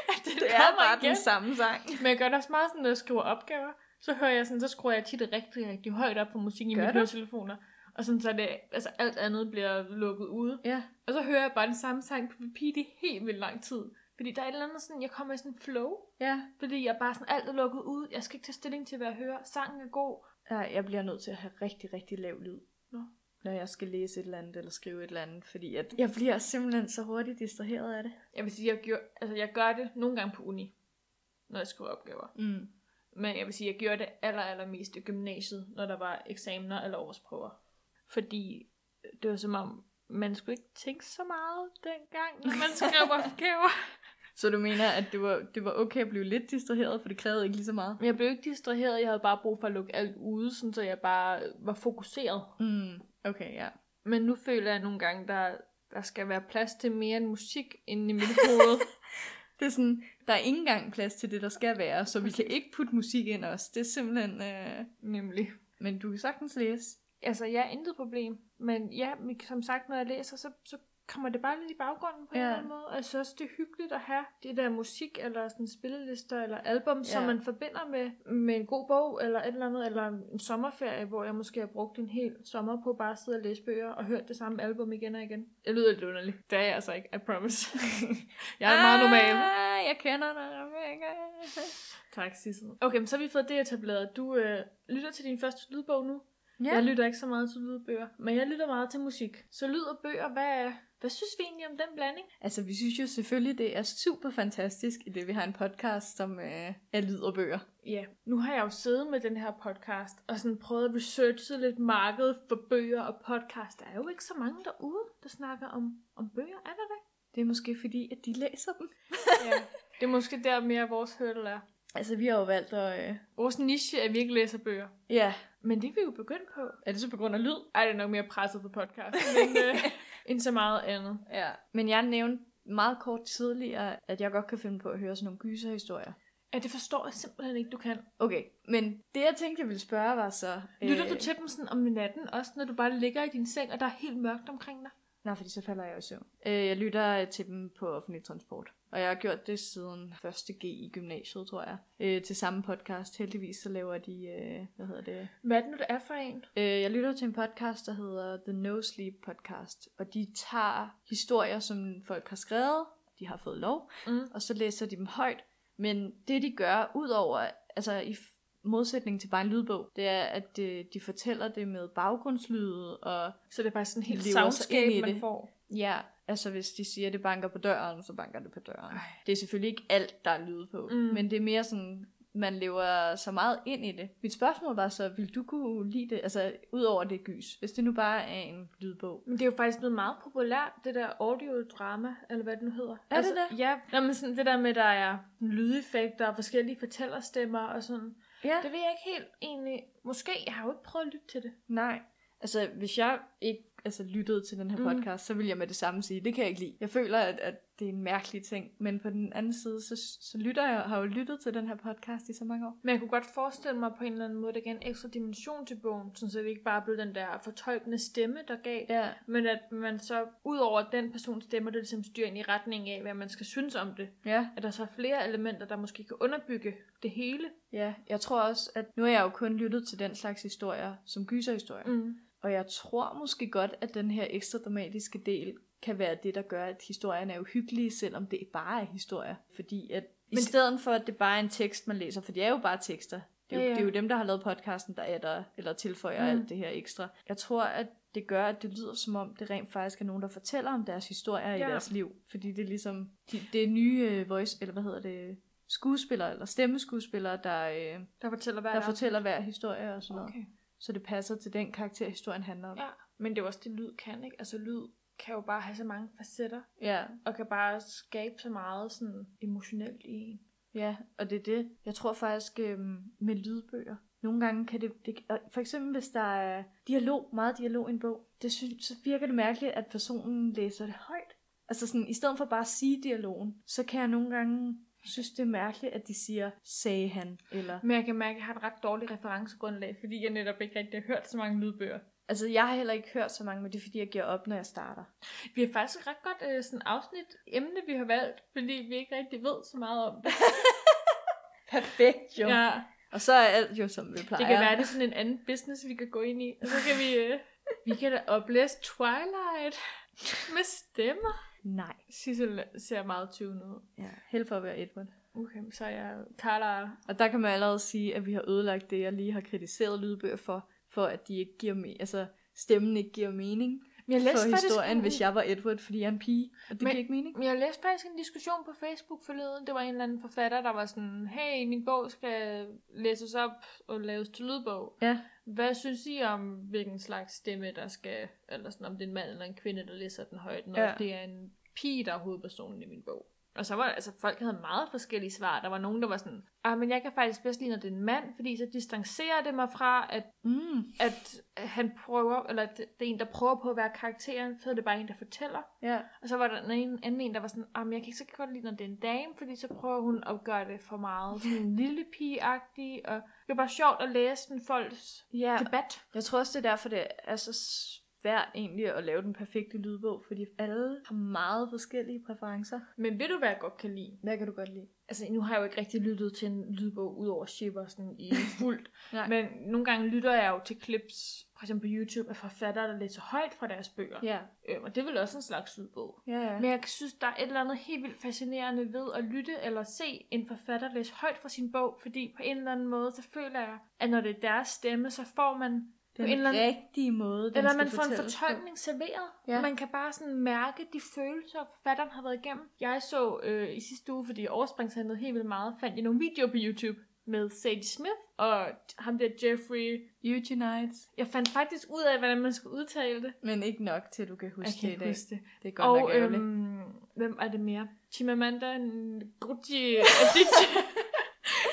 B: at den
A: det er
B: kommer
A: bare
B: igen.
A: den samme sang.
B: Men jeg gør det også meget sådan, når jeg skriver opgaver, så hører jeg sådan, så skruer jeg tit rigtig, rigtig højt op på musik i
A: Gør
B: mine
A: du?
B: høretelefoner. Og sådan, så er det, altså alt andet bliver lukket ude.
A: Ja,
B: Og så hører jeg bare den samme sang på repeat i helt vildt lang tid. Fordi der er et eller andet sådan, jeg kommer i sådan en flow.
A: ja.
B: Fordi jeg bare sådan, alt er lukket ud. Jeg skal ikke tage stilling til, hvad jeg hører. Sangen er god.
A: Nej, jeg bliver nødt til at have rigtig, rigtig lav lyd.
B: Nå.
A: Når jeg skal læse et eller andet, eller skrive et eller andet, fordi at jeg bliver simpelthen så hurtigt distraheret af det.
B: Jeg vil sige, jeg, gjorde, altså, jeg gør det nogle gange på uni, når jeg skriver opgaver.
A: Mm.
B: Men jeg vil sige, jeg gjorde det aller, allermest i gymnasiet, når der var eksamener eller årsprøver. Fordi det var som om, man skulle ikke tænke så meget dengang, når man skrev opgaver.
A: Så du mener, at det var, det var okay at blive lidt distraheret, for det krævede ikke lige så meget?
B: Men jeg blev ikke distraheret, jeg havde bare brug for at lukke alt ude, sådan, så jeg bare var fokuseret.
A: Mm. Okay, ja.
B: Men nu føler jeg nogle gange, der, der skal være plads til mere end musik inde i mit hoved.
A: Det er sådan, der er ikke engang plads til det, der skal være, så vi kan ikke putte musik ind også. Det er simpelthen... Øh...
B: Nemlig.
A: Men du kan sagtens læse.
B: Altså, jeg er intet problem. Men ja, men som sagt, når jeg læser, så, så kommer det bare lidt i baggrunden på ja. en
A: Ja.
B: eller anden måde. Og jeg synes også, det er hyggeligt at have det der musik, eller sådan spillelister, eller album, ja. som
A: Ja.
B: man forbinder med, med en god bog, eller et eller andet, eller en sommerferie, hvor jeg måske har brugt en hel sommer på bare at sidde og læse bøger, og hørt det samme album igen og igen. Jeg lyder lidt underligt. Det er jeg altså ikke, I (laughs) promise. jeg er meget normal.
A: Ah, jeg kender dig,
B: Tak, Sissel. Okay, men så har vi fået det etableret. Du øh, lytter til din første lydbog nu. Ja.
A: Ja.
B: Jeg lytter ikke så meget til lydbøger, men jeg lytter meget til musik. Så lyd og bøger, hvad, hvad synes vi egentlig om den blanding?
A: Altså, vi synes jo selvfølgelig, det er super fantastisk, i det vi har en podcast, som øh, er lyd og bøger.
B: Ja, nu har jeg jo siddet med den her podcast og sådan prøvet at researche lidt markedet for bøger og podcast. Der er jo ikke så mange derude, der snakker om, om bøger, er der det?
A: Det er måske fordi, at de læser dem.
B: Ja. (laughs) Det er måske der mere vores hurdle er.
A: Altså, vi har jo valgt at... Øh...
B: Vores niche er, at vi ikke læser bøger.
A: Ja.
B: Men det er vi jo begyndt på.
A: Er det så på grund af lyd?
B: Ej, det er nok mere presset på (laughs) podcast, men øh, end så meget andet.
A: Ja. Men jeg nævnte meget kort tidligere, at jeg godt kan finde på at høre sådan nogle gyserhistorier.
B: Ja, det forstår jeg simpelthen ikke, du kan.
A: Okay, men det jeg tænkte, jeg ville spørge, var så... øh,
B: Lytter du til dem sådan om natten, også når du bare ligger i din seng, og der er helt mørkt omkring dig?
A: Nej, fordi så falder jeg i søvn. Øh, jeg lytter øh, til dem på offentlig transport. Og jeg har gjort det siden 1.G i gymnasiet, tror jeg. Øh, til samme podcast. Heldigvis så laver de, øh, hvad hedder det,
B: Hvad er det nu, det er for en?
A: Øh, jeg lytter til en podcast, der hedder The No Sleep Podcast, og de tager historier, som folk har skrevet, de har fået lov,
B: Mm.
A: og så læser de dem højt. Men det, de gør, udover, altså i f- modsætning til bare en lydbog, det er, at øh, de fortæller det med baggrundslyde, og
B: Så det er bare sådan en helt
A: Lever sig ind i
B: soundscape, man
A: det.
B: får.
A: ja, altså hvis de siger, at det banker på døren, så banker det på døren.
B: Ej.
A: Det er selvfølgelig ikke alt, der er lyde på,
B: Mm.
A: men det er mere sådan, man lever så meget ind i det. Mit spørgsmål var så, vil du kunne lide det, altså ud over det gys, hvis det nu bare er en lydbog?
B: Men det er jo faktisk blevet meget populært, det der audiodrama, eller hvad det nu hedder. Altså,
A: Er det det?
B: Ja, Nå, men sådan det der med, der er lydeffekter og forskellige fortællerstemmer og sådan.
A: Ja.
B: Det ved jeg ikke helt egentlig. Måske, jeg har jo ikke prøvet at lytte til det.
A: Nej. Altså, hvis jeg ikke altså, lyttede til den her
B: Mm.
A: podcast, mm. så ville jeg med det samme sige, det kan jeg ikke lide. Jeg føler, at, at det er en mærkelig ting, men på den anden side, så, så lytter jeg, har jo lyttet til den her podcast i så mange år.
B: Men jeg kunne godt forestille mig på en eller anden måde, at der gav en ekstra dimension til bogen, sådan så det ikke bare blev den der fortolkende stemme, der gav,
A: Ja,
B: men at man så, ud over den persons stemme, der ligesom styrer ind i retning af, hvad man skal synes om det,
A: ja,
B: at der så er flere elementer, der måske kan underbygge det hele.
A: ja. Jeg tror også, at nu har jeg jo kun lyttet til den slags historier, som gyserhistorier. Mm. Og jeg tror måske godt, at den her ekstra dramatiske del kan være det, der gør, at historierne er uhyggelige, selvom det bare er historier. Fordi at i
B: Men-
A: stedet for, at det bare er en tekst, man læser, for det er jo bare tekster. Det er jo,
B: Ja,
A: ja,
B: ja.
A: ja. Det er jo dem, der har lavet podcasten, der ændrer eller tilføjer
B: Mm.
A: mm. alt det her ekstra. Jeg tror, at det gør, at det lyder som om, det rent faktisk er nogen, der fortæller om deres historier ja. i
B: Ja.
A: deres liv. Fordi det er ligesom, de, det er nye øh, voice, eller hvad hedder det, skuespillere eller stemmeskuespillere, der, øh,
B: Der fortæller hver
A: der
B: aften.
A: fortæller hver historie og sådan noget.
B: Okay.
A: Så det passer til den karakter, historien handler om.
B: Ja, men det er jo også det, lyd kan, ikke? Altså lyd kan jo bare have så mange facetter,
A: ja.
B: og kan bare skabe så meget sådan emotionelt i en.
A: Ja, og det er det. Jeg tror faktisk øhm, med lydbøger. Nogle gange kan det, det og for eksempel hvis der er dialog, meget dialog i en bog, det synes, så virker det mærkeligt, at personen læser det højt. Altså sådan, i stedet for bare at sige dialogen, så kan jeg nogle gange synes, det er mærkeligt, at de siger, sagde han, eller...
B: Men jeg kan mærke, at jeg har et ret dårligt referencegrundlag, fordi jeg netop ikke rigtig har hørt så mange lydbøger.
A: Altså, jeg har heller ikke hørt så mange, men det er fordi, jeg giver op, når jeg starter.
B: Vi har faktisk et ret godt øh, sådan afsnit emne, vi har valgt, fordi vi ikke rigtig ved så meget om det.
A: Perfekt, jo. Ja. Og så er alt jo, som vi plejer.
B: det kan være, det er sådan en anden business, vi kan gå ind i. Og så kan vi, øh, vi kan da oplæse Twilight med stemmer.
A: Nej.
B: Sissel ser meget tyven ud.
A: Ja, held for at være Edward.
B: Okay, så er jeg Carla.
A: Og der kan man allerede sige, at vi har ødelagt det, jeg lige har kritiseret lydbøger for, for at de ikke giver me- altså, stemmen ikke giver mening
B: Men jeg
A: for historien,
B: en-
A: hvis jeg var Edward, fordi jeg er en pige. Og det
B: Men-
A: giver ikke mening.
B: Men Jeg læste faktisk en diskussion på Facebook forleden. Det var en eller anden forfatter, der var sådan, hey, min bog skal læses op og laves til lydbog.
A: Ja.
B: Hvad synes I om, hvilken slags stemme, der skal, eller sådan, om det er en mand eller en kvinde, der læser den højt, når ja.
A: Ja.
B: det er en pige, der er hovedpersonen i min bog? Og så var der, altså, folk havde meget forskellige svar. Der var nogen, der var sådan, ah, men jeg kan faktisk bedst lide, når det er en mand, fordi så distancerer det mig fra, at,
A: Mm.
B: at han prøver, eller at det, det er en, der prøver på at være karakteren, så er det bare en, der fortæller.
A: Ja.
B: Og så var der en anden- anden en, der var sådan, at jeg kan ikke så godt lide, når det er en dame, fordi så prøver hun at gøre det for meget sådan en lille pige-agtig, og det var bare sjovt at læse den folks
A: ja.
B: debat.
A: Jeg tror også, det er derfor, det er så svært egentlig at lave den perfekte lydbog, fordi alle har meget forskellige præferencer.
B: Men ved du, hvad jeg godt kan lide?
A: Hvad kan du godt lide?
B: Altså, nu har jeg jo ikke rigtig lyttet til en lydbog, udover Shipper sådan
A: (laughs)
B: i fuldt.
A: Nej.
B: Men nogle gange lytter jeg jo til clips, for eksempel på YouTube, af forfattere, der læser højt fra deres bøger.
A: Ja,
B: Øhm, og det er vel også en slags lydbog.
A: ja, ja.
B: Men jeg synes, der er et eller andet helt vildt fascinerende ved at lytte eller se en forfatter læse højt fra sin bog, fordi på en eller anden måde, så føler jeg, at når det er deres stemme, så får man,
A: den
B: en eller anden-
A: rigtige måde, den
B: eller
A: skal
B: man får en
A: fortælles på.
B: fortolkning serveret. Ja.
A: Ja.
B: Man kan bare sådan mærke de følelser, forfatteren har været igennem. Jeg så øh, i sidste uge, fordi overspringshandlede helt vildt meget, fandt jeg nogle videoer på YouTube med Sadie Smith og ham der Jeffrey.
A: Eugenides,
B: Jeg fandt faktisk ud af, hvordan man skulle udtale det.
A: men ikke nok til, at du kan huske
B: Jeg kan
A: det i
B: ikke
A: dag.
B: huske det.
A: Det er godt og,
B: Og
A: nok ærgerligt.
B: øhm, hvem er det mere? Chimamanda Ngozi Adichie.
A: (laughs)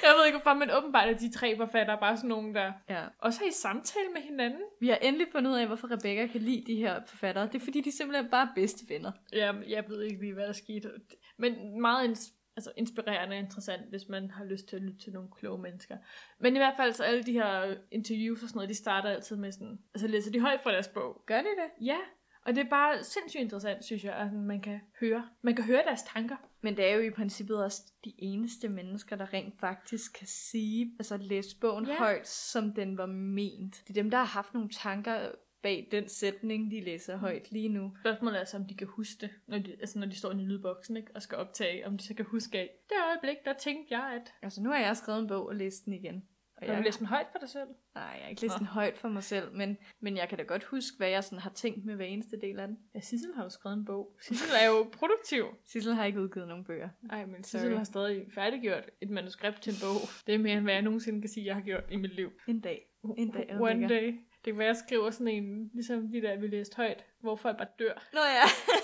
B: Jeg ved ikke hvorfor, men åbenbart er de tre forfattere bare sådan nogen, der
A: Ja.
B: også er i samtale med hinanden.
A: Vi har endelig fundet ud af, hvorfor Rebecca kan lide de her forfattere. Det er fordi, de simpelthen bare er bedste venner.
B: Ja, jeg ved ikke lige, hvad der skete. Men meget ins- altså inspirerende og interessant, hvis man har lyst til at lytte til nogle kloge mennesker. Men i hvert fald, så alle de her interviews og sådan noget, de starter altid med sådan, altså læser de højt fra deres bog.
A: Gør de det?
B: Ja, og det er bare sindssygt interessant, synes jeg, at man kan høre. Man kan høre deres tanker.
A: Men det er jo i princippet også de eneste mennesker, der rent faktisk kan sige, altså læse bogen
B: Ja.
A: ja. højt, som den var ment. Det er dem, der har haft nogle tanker bag den sætning, de læser højt lige nu.
B: Spørgsmålet er så, om de kan huske det, når de, altså når de står inde i lydboksen ikke, og skal optage, om de så kan huske af. Det øjeblik, der tænkte jeg, at...
A: Altså nu har jeg skrevet en bog og læst den igen. Og
B: Har du
A: jeg,
B: læst den højt for dig selv?
A: nej, jeg har ikke læst
B: Nå.
A: den højt for mig selv, men, men jeg kan da godt huske, hvad jeg sådan har tænkt med hver eneste del af den.
B: Ja, Sissel har jo skrevet en bog. Sissel er jo produktiv.
A: Sissel har ikke udgivet nogen bøger.
B: Nej, men
A: Sorry.
B: Sissel har stadig færdiggjort et manuskript til en bog. Det er mere, end hvad jeg nogensinde kan sige, jeg har gjort i mit liv.
A: En dag. En dag,
B: One
A: Omega.
B: day. Det kan være, jeg skriver sådan en, ligesom de der, vi læste højt, hvor folk bare dør.
A: Nå ja.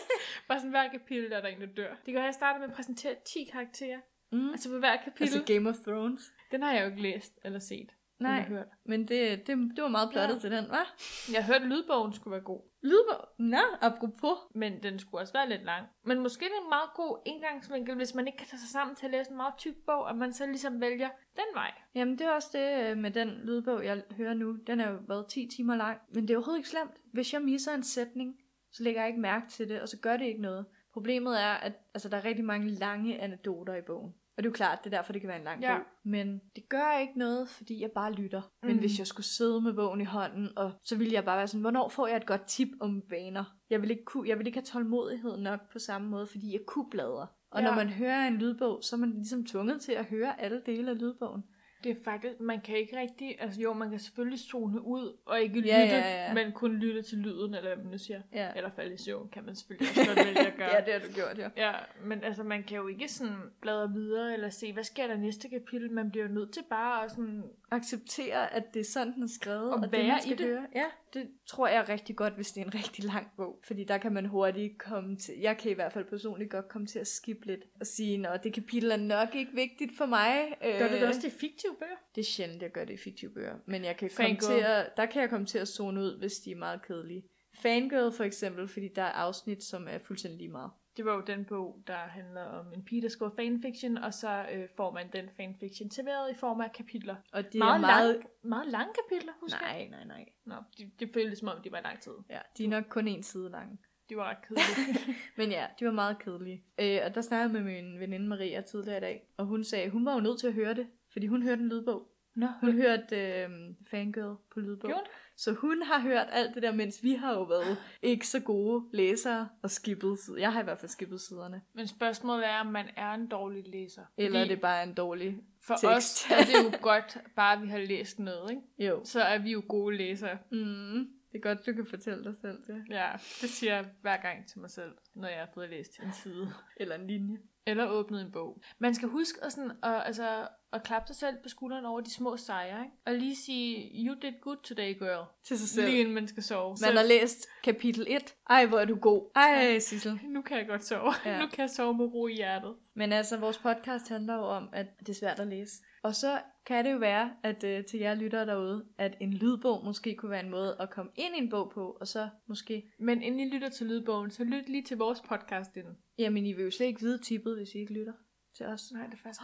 B: Bare sådan hver kapitel, der er der en, der dør. Det kan være, jeg starter med at præsentere 10 karakterer.
A: Mm.
B: Altså på hver kapitel.
A: Altså Game of Thrones.
B: Den har jeg jo ikke læst eller set.
A: Nej.
B: Eller hørt.
A: Men det, det, det var meget plottet
B: Ja.
A: ja. til den, hva'?
B: Jeg har hørt, at lydbogen skulle være god.
A: Lydbog? Nå, apropos.
B: Men den skulle også være lidt lang. Men måske det er en meget god indgangsvinkel, hvis man ikke kan tage sig sammen til at læse en meget tyk bog, at man så ligesom vælger den vej.
A: Jamen, det er også det øh, med den lydbog, jeg hører nu. Den er jo været 10 timer lang, men det er overhovedet ikke slemt. Hvis jeg misser en sætning, så lægger jeg ikke mærke til det, og så gør det ikke noget. Problemet er, at altså, der er rigtig mange lange anekdoter i bogen. Og det er jo klart, det er derfor, det kan være en lang
B: Ja.
A: ja. bog. Men det gør ikke noget, fordi jeg bare lytter. Men
B: Mm.
A: hvis jeg skulle sidde med bogen i hånden, og så ville jeg bare være sådan, hvornår får jeg et godt tip om vaner? Jeg ville ikke, kunne, jeg ville ikke have tålmodighed nok på samme måde, fordi jeg kunne bladre. Og
B: Ja.
A: ja. når man hører en lydbog, så er man ligesom tvunget til at høre alle dele af lydbogen.
B: Det er faktisk, man kan ikke rigtig, altså jo, man kan selvfølgelig zone ud og ikke lytte,
A: Ja, ja, ja.
B: men kun lytte til lyden, eller hvad man nu siger.
A: Ja.
B: Eller falde i søvn, kan man selvfølgelig også godt vælge
A: (laughs)
B: at gøre.
A: ja, det har du gjort, ja.
B: Ja, men altså, man kan jo ikke sådan bladre videre, eller se, hvad sker der i næste kapitel? Man bliver jo nødt til bare at sådan...
A: Acceptere, at det er sådan, den er skrevet,
B: Og
A: og, det,
B: være
A: man
B: i
A: skal
B: det.
A: høre. Ja, det tror jeg er rigtig godt, hvis det er en rigtig lang bog. Fordi der kan man hurtigt komme til, jeg kan i hvert fald personligt godt komme til at skippe lidt, og sige, nå, det kapitel er nok ikke vigtigt for mig. Øh,
B: Gør du det også til fiktive bøger?
A: Det er sjældent, jeg gør det i fiktive bøger. Men jeg kan komme
B: Fangirl.
A: til at, der kan jeg komme til at zone ud, hvis de er meget kedelige. Fangirl for eksempel, fordi der er afsnit, som er fuldstændig lige meget.
B: Det var jo den bog, der handler om en pige, der skriver fanfiction, og så øh, får man den fanfiction serveret i form af kapitler.
A: Og det
B: meget,
A: er meget...
B: lang, meget lange kapitler, husker jeg.
A: Nej, nej, nej.
B: Nå, det, det føltes som om, de var lang tid.
A: Ja, de er nok kun en side lange.
B: De var ret
A: (laughs)
B: kedelige.
A: Men ja, de var meget kedelige. Øh, og der snakkede jeg med min veninde Maria tidligere i dag, og hun sagde, hun var jo nødt til at høre det, fordi hun hørte en lydbog.
B: Nå,
A: Hun hørte øh, Fangirl på lydbog.
B: Gjorde hun?
A: Så hun har hørt alt det der, mens vi har jo været ikke så gode læsere og skippet sider. Jeg har i hvert fald skippet siderne.
B: Men spørgsmålet er, om man er en dårlig læser.
A: Eller er
B: Fordi
A: det bare en dårlig
B: for
A: tekst.
B: os er det jo godt, bare vi har læst noget, ikke?
A: Jo.
B: Så er vi jo gode læsere.
A: Mm, det er godt, du kan fortælle dig selv det.
B: Ja, det siger jeg hver gang til mig selv, når jeg har fået læst en side.
A: Eller en linje.
B: Eller åbnet en bog. Man skal huske at, sådan, at, altså, at klappe sig selv på skulderen over de små sejre, ikke? Og lige sige, you did good today, girl.
A: Til sig
B: Selv. Lige inden man skal sove.
A: Man har læst kapitel 1. Ej, hvor er du god. Ej, Sissel.
B: nu kan jeg godt sove. Ja.
A: Ja.
B: Nu kan jeg sove med ro i hjertet.
A: Men altså, vores podcast handler jo om, at det er svært at læse. Og så kan det jo være, at øh, til jer lyttere derude, at en lydbog måske kunne være en måde at komme ind i en bog på, og så måske...
B: Men inden I lytter til lydbogen, så lyt lige til vores podcast inden.
A: Jamen, I vil jo slet ikke vide tippet, hvis I ikke lytter til os.
B: Nej, det er faktisk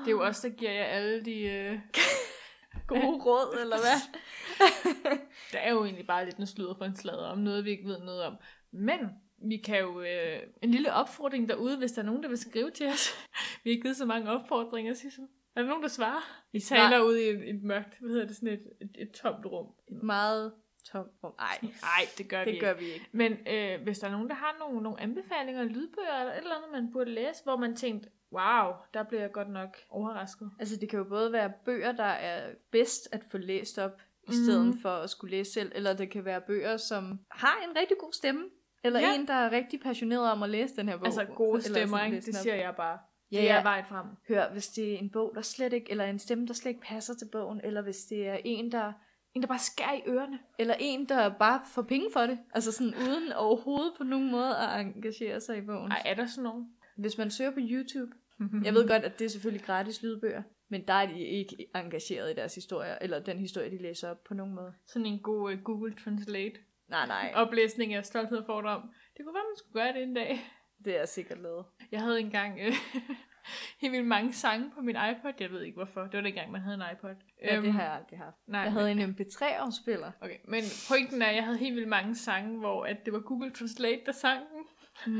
B: Det er jo også der giver jer alle de... Øh...
A: Gode råd, eller hvad?
B: (laughs) Der er jo egentlig bare lidt en sludder for en sladder om noget, vi ikke ved noget om. Men vi kan jo... Øh... En lille opfordring derude, hvis der er nogen, der vil skrive til os. (laughs) vi har givet så mange opfordringer, Sissel. Er der nogen, der svarer? I
A: svarer-
B: taler ude i et, et mørkt, hvad hedder det, sådan et, et, et tomt rum.
A: Meget tomt rum.
B: (laughs)
A: Ej,
B: Nej, det gør vi
A: det
B: ikke.
A: gør vi ikke.
B: Men øh, hvis der er nogen, der har nogle, nogle anbefalinger, lydbøger eller et eller andet, man burde læse, hvor man tænkte, wow, der blev jeg godt nok overrasket.
A: Altså, det kan jo både være bøger, der er bedst at få læst op, i stedet
B: Mhm.
A: for at skulle læse selv, eller det kan være bøger, som har en rigtig god stemme, eller
B: Ja.
A: ja. en, der er rigtig passioneret om at læse den her bog.
B: Altså gode
A: Eller sådan
B: stemmer, ikke?
A: læse den
B: det
A: op.
B: siger jeg bare.
A: Ja,
B: det er
A: ja.
B: vejen frem.
A: Hør, hvis det er en bog, der slet ikke, eller en stemme, der slet ikke passer til bogen, eller hvis det er en, der
B: En, der bare skærer i ørerne.
A: eller en, der bare får penge for det. Altså sådan uden overhovedet på nogen måde at engagere sig i bogen.
B: Ej, er der sådan nogen?
A: Hvis man søger på YouTube, jeg ved godt, at det er selvfølgelig gratis lydbøger, men der er de ikke engageret i deres historier, eller den historie, de læser op på nogen måde.
B: Sådan en god uh, Google Translate
A: Nej, nej,
B: oplæsning af stolthed og fordom. Det kunne være, man skulle gøre det en dag.
A: det er sikkert lavet.
B: Jeg havde engang øh, (laughs) helt vildt mange sange på min iPod. Jeg ved ikke hvorfor. Det var dengang, man havde en iPod.
A: Ja,
B: Øhm,
A: det har jeg aldrig haft.
B: Nej,
A: Jeg havde en MP3-afspiller.
B: Okay, men pointen er, at jeg havde helt vildt mange sange, hvor at det var Google Translate, der sang den.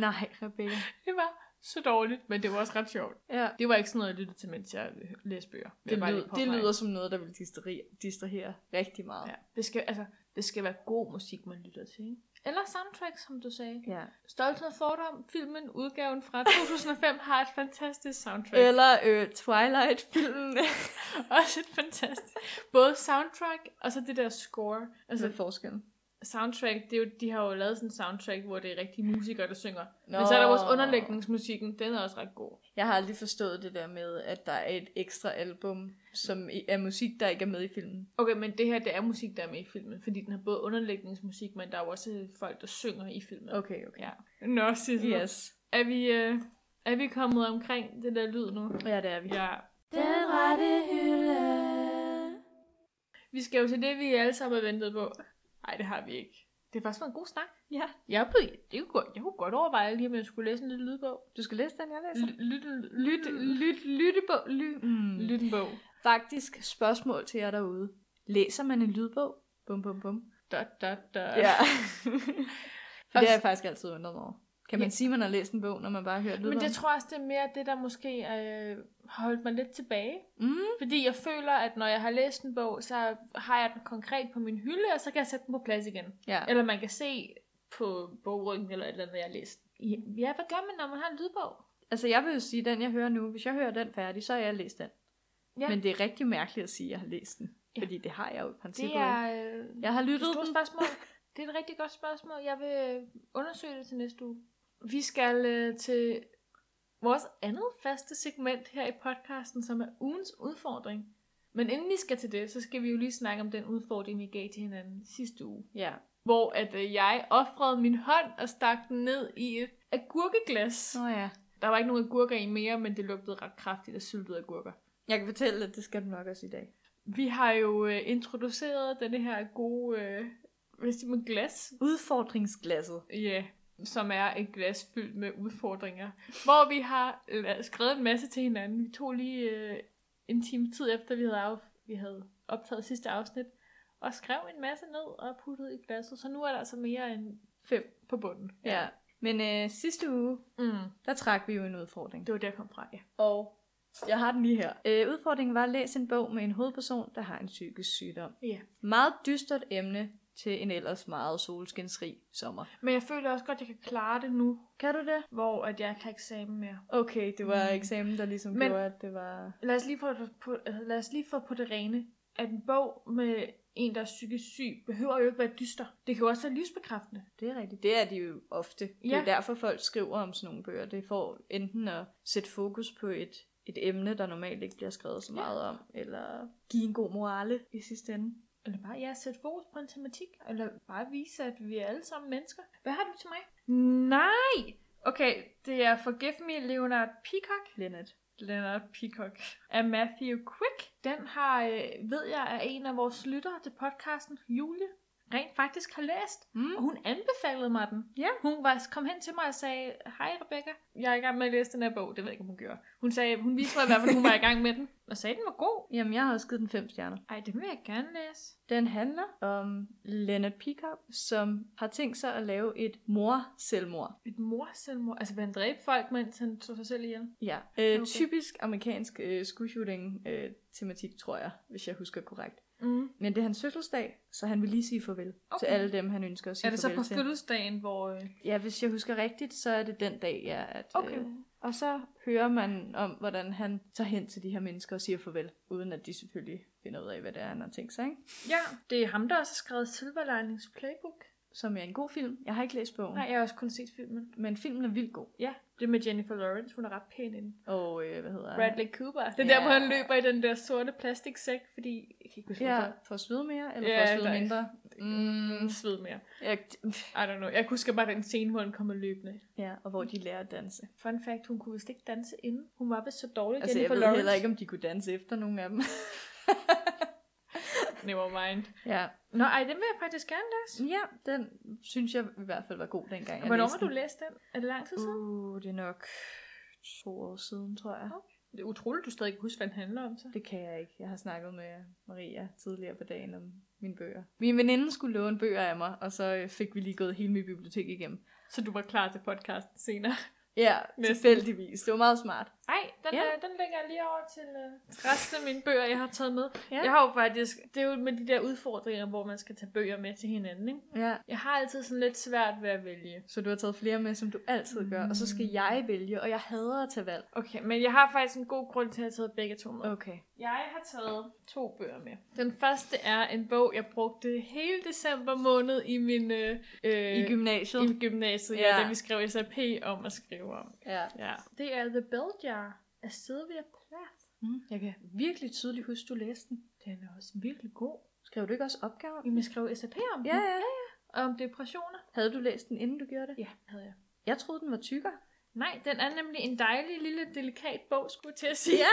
A: Nej, Rebecca.
B: Det var så dårligt, men det var også ret sjovt.
A: Ja.
B: Det var ikke sådan noget, jeg lyttede til, mens jeg øh, læste bøger.
A: Det,
B: vil jeg bare lige
A: lyder, det
B: påpege.
A: lyder som noget, der vil distrahere, distrahere rigtig meget.
B: Ja. Det, skal, altså, det skal være god musik, man lytter til. Ikke? Eller soundtrack, som du sagde.
A: Ja.
B: Stolthed og fordom, filmen, udgaven
A: (laughs)
B: fra 2005, har et fantastisk soundtrack.
A: Eller øh, (laughs) Twilight-filmen
B: (laughs) Også et fantastisk. Både soundtrack, og så det der score. Altså,
A: med forskellen.
B: soundtrack, det er jo, de har jo lavet sådan en soundtrack, hvor det er rigtige musikere, der synger. Nå. Men så er der jo også underlægningsmusikken, den er også ret god.
A: Jeg har aldrig forstået det der med, at der er et ekstra album, som i- er musik, der ikke er med i filmen.
B: Okay, men det her, det er musik, der er med i filmen, fordi den har både underlægningsmusik, men der er jo også folk, der synger i filmen.
A: Okay, okay.
B: Ja. Nå, Sissel.
A: Yes.
B: Er vi, øh, er vi kommet omkring det der lyd nu?
A: Ja, det er vi.
B: Ja.
C: Den rette hylde.
B: Vi skal jo til det, vi alle sammen har ventet på. Nej, det har vi ikke. Det har faktisk været en god snak.
A: Ja.
B: Jeg, blev, det kunne, godt- jeg kunne godt overveje lige, om jeg skulle læse en lille lydbog.
A: Du skal læse den, jeg læser.
B: Lyt, lyt, lyt, lyt, lyttebog. Lyt,
A: Mm.
B: lyt en bog.
A: Faktisk spørgsmål til jer derude. Læser man en lydbog? Bum, bum, bum.
B: Da, da, da.
A: (laughs) Ja. For det har
B: Også-
A: jeg faktisk altid undret mig over. Kan man
B: Ja.
A: sige, man har læst en bog, når man bare har hørt lydbogen?
B: Men jeg tror også, det er mere det, der måske øh, har holdt mig lidt tilbage.
A: Mm.
B: Fordi jeg føler, at når jeg har læst en bog, så har jeg den konkret på min hylde, og så kan jeg sætte den på plads igen.
A: Ja.
B: Eller man kan se på bogryggen eller et eller andet, jeg har læst. Ja, hvad gør man, når man har en lydbog?
A: Altså, jeg vil jo sige, den jeg hører nu, hvis jeg hører den færdig, så har jeg læst den.
B: Ja.
A: Ja. Men det er rigtig mærkeligt at sige, at jeg har læst den.
B: Ja.
A: Ja. Fordi det har jeg jo i princippet.
B: Det er, øh,
A: Jeg har
B: det er
A: lyttet
B: et stort
A: den.
B: (laughs) spørgsmål. Det er et rigtig godt spørgsmål. Jeg vil øh, undersøge det til næste uge. Vi skal øh, til vores andet faste segment her i podcasten, som er ugens udfordring. Men inden vi skal til det, så skal vi jo lige snakke om den udfordring, vi gav til hinanden sidste uge.
A: Ja.
B: hvor at øh, jeg offrede min hånd og stak den ned i et agurkeglas.
A: Nå ja.
B: Der var ikke nogen agurker i mere, men det lugtede ret kraftigt af syltede agurker.
A: Jeg kan fortælle, at det skal du nok også i dag.
B: Vi har jo øh, introduceret denne her gode, øh, hvad siger man, glas,
A: Udfordringsglasset.
B: ja, som er et glas fyldt med udfordringer, hvor vi har øh, skrevet en masse til hinanden. Vi tog lige øh, en time tid efter, vi havde, af, vi havde optaget sidste afsnit, og skrev en masse ned og puttede i glasset, så nu er der altså mere end fem på bunden.
A: Ja. ja. Men øh, sidste uge,
B: Mm.
A: der trak vi jo en udfordring.
B: Det var der, jeg kom fra, ja.
A: Og jeg har den lige her. Øh, udfordringen var at læse en bog med en hovedperson, der har en psykisk sygdom.
B: ja.
A: Meget dystert emne til en ellers meget solskinsrig sommer.
B: Men jeg føler også godt, at jeg kan klare det nu,
A: Kan du det?
B: hvor at jeg ikke har eksamen mere.
A: Okay, det var
B: Mm.
A: mm. eksamen, der ligesom
B: Men-
A: Men... gjorde, at det var...
B: Lad os lige få, det på, altså, lad os lige få på det rene, at en bog med en, der er psykisk syg, behøver jo ikke være dyster. Det kan jo også være livsbekræftende.
A: Det er rigtigt. Det er de jo ofte. Ja. Det er
B: Ja.
A: jo derfor, folk skriver om sådan nogle bøger. Det får enten at sætte fokus på et, et emne, der normalt ikke bliver skrevet så
B: Ja.
A: meget om, eller give en god morale i sidste ende.
B: Eller bare, ja, sætte fokus på en tematik, eller bare vise, at vi er alle sammen mennesker. Hvad har du til mig? Nej! Okay, det er Forgive Me, Leonard Peacock.
A: Leonard.
B: Leonard Peacock af Matthew Quick. Den har, øh, ved jeg, er en af vores lyttere til podcasten, Julie, rent faktisk har læst.
A: Mm.
B: Og hun anbefalede mig den.
A: Ja.
B: Hun var, kom hen til mig og sagde, hej Rebecca, jeg er i gang med at læse den her bog. Det ved jeg ikke, om hun gjorde. Hun, sagde, hun viste mig i hvert fald, hun var i gang med den. (laughs) Og sagde, den var god.
A: Jamen, jeg har også givet den fem stjerner.
B: Ej, det vil jeg gerne læse.
A: Den handler om Leonard Peacock, som har tænkt sig at lave et mor-selvmord.
B: Et morselmord. Altså, vil han dræbe folk, mens han tog sig selv ihjel?
A: Ja. Øh,
B: Okay.
A: okay. Typisk amerikansk øh, skueshooting-tematik, tror jeg, hvis jeg husker korrekt.
B: Mm.
A: Men det er hans fødselsdag, så han vil lige sige farvel okay. til
B: Okay.
A: alle dem, han ønsker at sige
B: Er det så
A: farvel
B: på
A: til.
B: fødselsdagen, hvor... Øh...
A: Ja, hvis jeg husker rigtigt, så er det den dag, ja. At,
B: Okay.
A: øh, og så hører man om, hvordan han tager hen til de her mennesker og siger farvel, uden at de selvfølgelig finder ud af, hvad det er, han har tænkt sig. Ikke?
B: Ja, det er ham, der også har skrevet Silver Linings Playbook.
A: Som er en god film. Jeg har ikke læst bogen,
B: Nej, jeg har også kun set filmen.
A: men filmen er vildt god.
B: Ja, det med Jennifer Lawrence, hun er ret pæn inde.
A: Og øh, hvad hedder han?
B: Bradley Cooper. Det er der,
A: Ja.
B: hvor han løber i den der sorte plastiksæk, fordi... Jeg kan ikke huske,
A: Ja,
B: hvorfor.
A: for at svede mere, eller
B: Ja,
A: for at svede
B: der er-
A: mindre? Mm,
B: Mm, sved mere.
A: jeg, (laughs)
B: I don't know. Jeg husker bare den scene, hvor han kommer løbende.
A: ja, og hvor de lærer at danse.
B: Fun fact, hun kunne vist ikke danse inden. Hun var vist så dårlig,
A: Altså, jeg
B: Jennifer
A: ved
B: Lawrence.
A: heller ikke, om de kunne danse efter nogen af dem. (laughs)
B: Never mind.
A: ja.
B: Nå, ej, den vil jeg faktisk gerne læse.
A: ja, den synes jeg i hvert fald var god dengang. jeg
B: Hvornår
A: læste
B: har du læst den? Er det lang tid siden?
A: Uh, det er nok to år siden, tror jeg.
B: Det er utroligt, du stadig ikke husker, hvad den handler om, så.
A: Det kan jeg ikke. Jeg har snakket med Maria tidligere på dagen om mine bøger. Min veninde skulle låne bøger af mig, og så øh, fik vi lige gået hele mit bibliotek igennem.
B: Så du var klar til podcasten senere.
A: Ja,
B: Næsten.
A: tilfældigvis. Det var meget smart.
B: Ej, den,
A: Ja.
B: ja. øh, den lægger jeg lige over til øh, resten af mine bøger, jeg har taget med.
A: Ja.
B: Ja. Jeg har jo faktisk, det er jo med de der udfordringer, hvor man skal tage bøger med til hinanden, ikke?
A: Ja.
B: Jeg har altid sådan lidt svært ved at vælge.
A: Så du har taget flere med, som du altid gør, og så skal jeg vælge, og jeg hader at tage valg.
B: Okay, men jeg har faktisk en god grund til at have taget begge to med.
A: Okay.
B: Jeg har taget to bøger med. Den første er en bog, jeg brugte hele december måned i min øh, øh,
A: I gymnasiet?
B: i gymnasiet, ja.
A: Ja.
B: ja, da vi skrev SAP om at skrive om.
A: Ja.
B: Ja. Det er The Bell Jar af Sylvia Plath.
A: Mm. Jeg kan virkelig tydeligt huske, du læste den.
B: Den er også virkelig god.
A: Skrev du ikke også opgaven?
B: Jamen, jeg skrev SAP om
A: Ja,
B: den.
A: ja.
B: Og om depressioner.
A: Havde du læst den, inden du gjorde det?
B: Ja, havde jeg.
A: Jeg troede, den var tykkere.
B: Nej, den er nemlig en dejlig, lille, delikat bog, skulle jeg til at sige.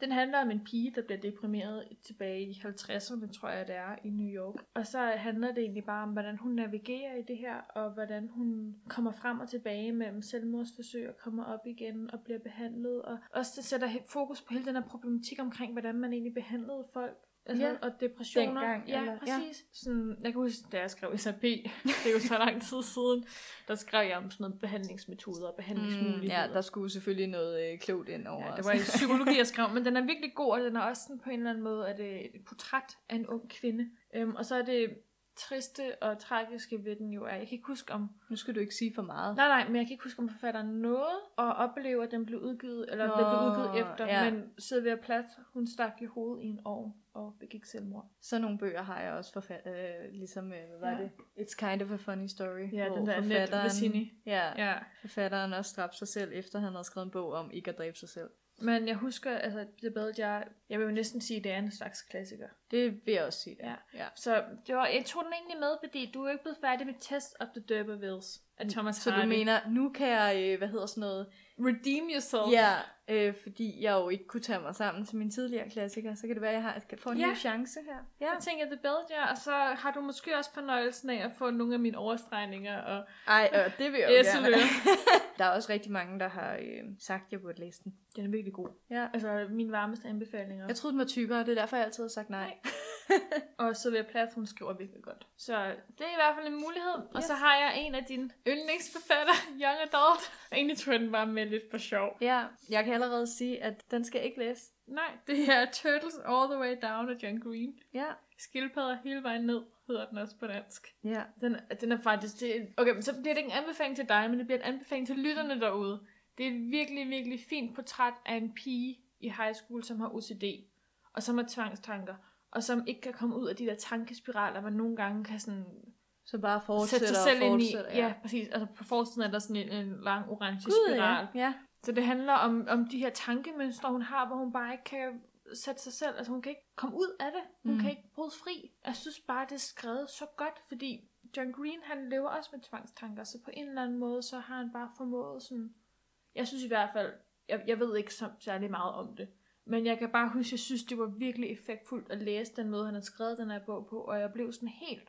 B: den handler om en pige, der bliver deprimeret tilbage i 50'erne, tror jeg det er, i New York. Og så handler det egentlig bare om, hvordan hun navigerer i det her, og hvordan hun kommer frem og tilbage mellem selvmordsforsøg og kommer op igen og bliver behandlet. Og også det sætter he- fokus på hele den her problematik omkring, hvordan man egentlig behandlede folk. Altså,
A: Ja.
B: ja. Og depressioner.
A: Dengang,
B: ja,
A: eller- ja.
B: præcis. Sådan, jeg kan huske, da jeg skrev SAP, (laughs) det er jo så lang tid siden, der skrev jeg om sådan noget behandlingsmetoder og behandlingsmuligheder.
A: Mm, ja, der skulle selvfølgelig noget øh, klogt ind over.
B: Ja, det
A: os.
B: var
A: (laughs)
B: i psykologi, jeg skrev, men den er virkelig god, og den er også sådan på en eller anden måde at, øh, et portræt af en ung kvinde. Øhm, og så er det triste og tragiske ved den jo er, jeg kan ikke huske om,
A: Nu skal du ikke sige for meget.
B: nej nej, men jeg kan ikke huske om forfatteren nåede at opleve, at den blev udgivet, eller
A: Nå,
B: Nå, den blev udgivet efter,
A: ja.
B: ja. men Sylvia Plath, hun stak i hovedet i en ovn og begik selvmord.
A: Sådan nogle bøger har jeg også forfat... Øh, ligesom, øh, hvad var
B: Ja.
A: det? It's kind of a funny story.
B: Ja,
A: hvor
B: den der Annette Vesini.
A: ja, ja,
B: Ja.
A: forfatteren også dræbte sig selv, efter han havde skrevet en bog om ikke at dræbe sig selv.
B: Men jeg husker, altså, det bad jeg, jeg vil jo næsten sige, at det er en slags klassiker.
A: Det vil jeg også sige.
B: Ja.
A: ja.
B: Så det var, jeg tog den egentlig med, fordi du er jo ikke blevet færdig med Test of the D'Urbervilles af Thomas
A: Så
B: Hardy.
A: du mener, nu kan jeg, øh, hvad hedder sådan noget,
B: Redeem yourself.
A: Ja, øh, fordi jeg jo ikke kunne tage mig sammen til mine tidligere klassikere, så kan det være, at jeg har, kan få en ja.
B: Ja.
A: ny chance her.
B: Ja. Jeg tænker, det bedre jeg, og så har du måske også fornøjelsen af at få nogle af mine overstregninger. Og...
A: (laughs) Ej, øh, det vil jeg
B: Ja,
A: jo
B: så
A: gerne.
B: lykke.
A: (laughs) Der er også rigtig mange, der har øh, sagt, at jeg burde læse den.
B: Den er virkelig god.
A: Ja.
B: Altså, mine varmeste anbefalinger.
A: Jeg troede, den var tykkere, og det er derfor, jeg altid har sagt nej.
B: Og så vil jeg plads, hun skriver virkelig godt. Så det er i hvert fald en mulighed. Yes. Og så
A: Yes.
B: har jeg en af dine yndlingsforfatter, (laughs) Young Adult. Egentlig tror jeg, den var med lidt for sjov.
A: Ja, jeg kan allerede sige, at den skal jeg ikke læse.
B: Nej, det her er Turtles All the Way Down af John Green.
A: Ja.
B: Skildpadder hele vejen ned, hedder den også på dansk.
A: Ja.
B: Den, er- den er faktisk... Det, okay, men så bliver det ikke en anbefaling til dig, men det bliver en anbefaling til lytterne derude. Det er et virkelig, virkelig fint portræt af en pige i high school, som har OCD, og som har tvangstanker, og som ikke kan komme ud af de der tankespiraler, man nogle gange kan sådan
A: Så bare
B: sætte
A: fortsætter
B: sig selv
A: og
B: ind i.
A: fortsætter.
B: Ja, præcis. Altså på forsiden er der sådan en, en lang orange
A: Gud,
B: spiral.
A: ja. ja.
B: Så det handler om, om de her tankemønstre, hun har, hvor hun bare ikke kan sætte sig selv, altså hun kan ikke komme ud af det. Hun
A: Mm.
B: mm. kan ikke bruges fri. Jeg synes bare, det er skrevet så godt, fordi John Green, han lever også med tvangstanker, så på en eller anden måde, så har han bare formået sådan... Jeg synes i hvert fald, jeg, jeg ved ikke så særlig meget om det, men jeg kan bare huske, jeg synes, det var virkelig effektfuldt at læse den måde, han havde skrevet den her bog på, og jeg blev sådan helt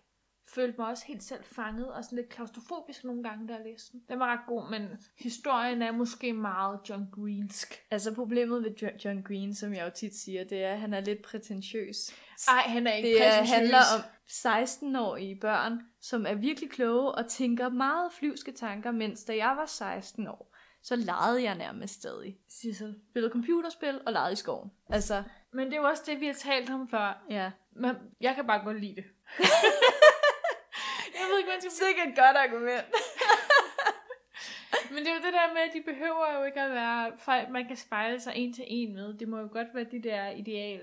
B: følte mig også helt selv fanget og sådan lidt klaustrofobisk nogle gange, da jeg læste den. Den var ret god, men historien er måske meget John Greensk.
A: Altså problemet ved Jo- John Green, som jeg jo tit siger, det er, at han er lidt prætentiøs.
B: Nej, han er ikke
A: Det er,
B: prætentiøs.
A: handler om 16-årige børn, som er virkelig kloge og tænker meget flyvske tanker, mens da jeg var 16 år, så legede jeg nærmest stadig.
B: Sissel.
A: Spillede computerspil og legede i skoven. Altså,
B: Men det er jo også det, vi har talt om før.
A: ja.
B: Men jeg kan bare godt lide det. jeg ved ikke, man skal...
A: Sikkert et godt argument.
B: Men det er jo det der med, at de behøver jo ikke at være folk, man kan spejle sig en til en med. Det må jo godt være de der ideal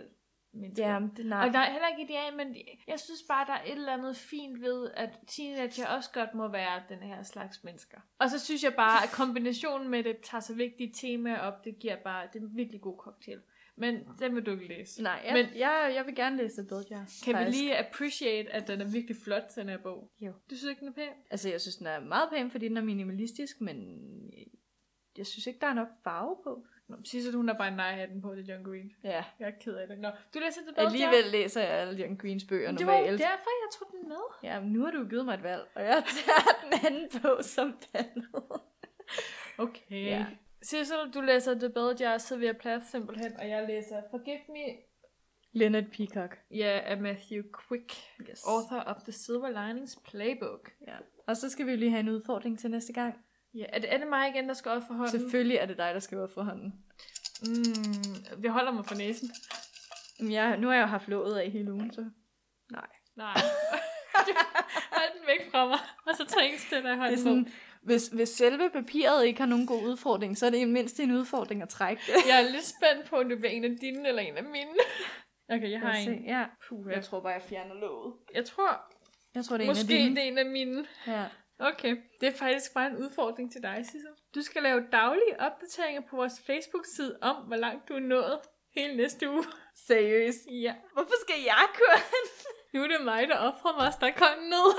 B: mennesker.
A: Ja, det nej.
B: Og der er heller ikke ideal, men jeg synes bare, der er et eller andet fint ved, at teenager også godt må være den her slags mennesker. Og så synes jeg bare, at kombinationen med det tager så vigtige temaer op, det giver bare, det er en virkelig god cocktail. Men den vil du ikke læse.
A: Nej, jeg,
B: Men-
A: men, jeg, jeg vil gerne læse det bedre, ja.
B: Kan vi lige appreciate, at den er virkelig flot, den her bog?
A: Jo.
B: Du synes ikke, den er pæn?
A: Altså, jeg synes, den er meget pæn, fordi den er minimalistisk, men jeg synes ikke, der er nok farve på.
B: Nå, men Sissel, hun har bare en nej-hatten på, det er John Green.
A: Ja,
B: Jeg er ked af det. Nå, du læser det bedre,
A: alligevel læser jeg alle John Greens bøger
B: Det var jo
A: normalt.
B: derfor, jeg tog den med.
A: Ja, men nu har du givet mig et valg, og jeg tager den anden på som pandet.
B: Okay.
A: Ja.
B: Ja. Sissel, du læser det bedre, jeg sidder ved plads simpelthen, og jeg læser Forgive Me
A: Leonard Peacock.
B: Ja, af Matthew Quick,
A: Yes.
B: author of The Silver Linings Playbook.
A: Ja. Og så skal vi jo lige have en udfordring til næste gang.
B: Ja, er det, er det mig igen, der skal op for hånden?
A: Selvfølgelig er det dig, der skal være for hånden.
B: Mm, vi holder mig for næsen.
A: Jamen, jeg, nu har jeg jo haft låget af hele ugen, så... Nej. (laughs)
B: Nej. (laughs) Hold den væk fra mig. Og så trænges det, der
A: Det
B: holder
A: er sådan, hvis, hvis selve papiret ikke har nogen god udfordring, så er det i mindst en udfordring at trække det.
B: Jeg er lidt spændt på, om det bliver en af dine eller en af
A: (laughs)
B: mine. Okay, jeg har
A: Lad os
B: en.
A: se. Ja.
B: Puh,
A: Jeg tror bare, jeg fjerner låget.
B: jeg tror
A: Jeg tror, det er
B: måske,
A: en af
B: det er en af mine.
A: dine. Ja.
B: Okay, det er faktisk bare en udfordring til dig, Sissel. Du skal lave daglige opdateringer på vores Facebook-side om, hvor langt du er nået hele næste uge. (laughs)
A: Seriøst.
B: Ja.
A: Hvorfor skal jeg køre?
B: Nu er det mig, der offrer mig, der kom ned.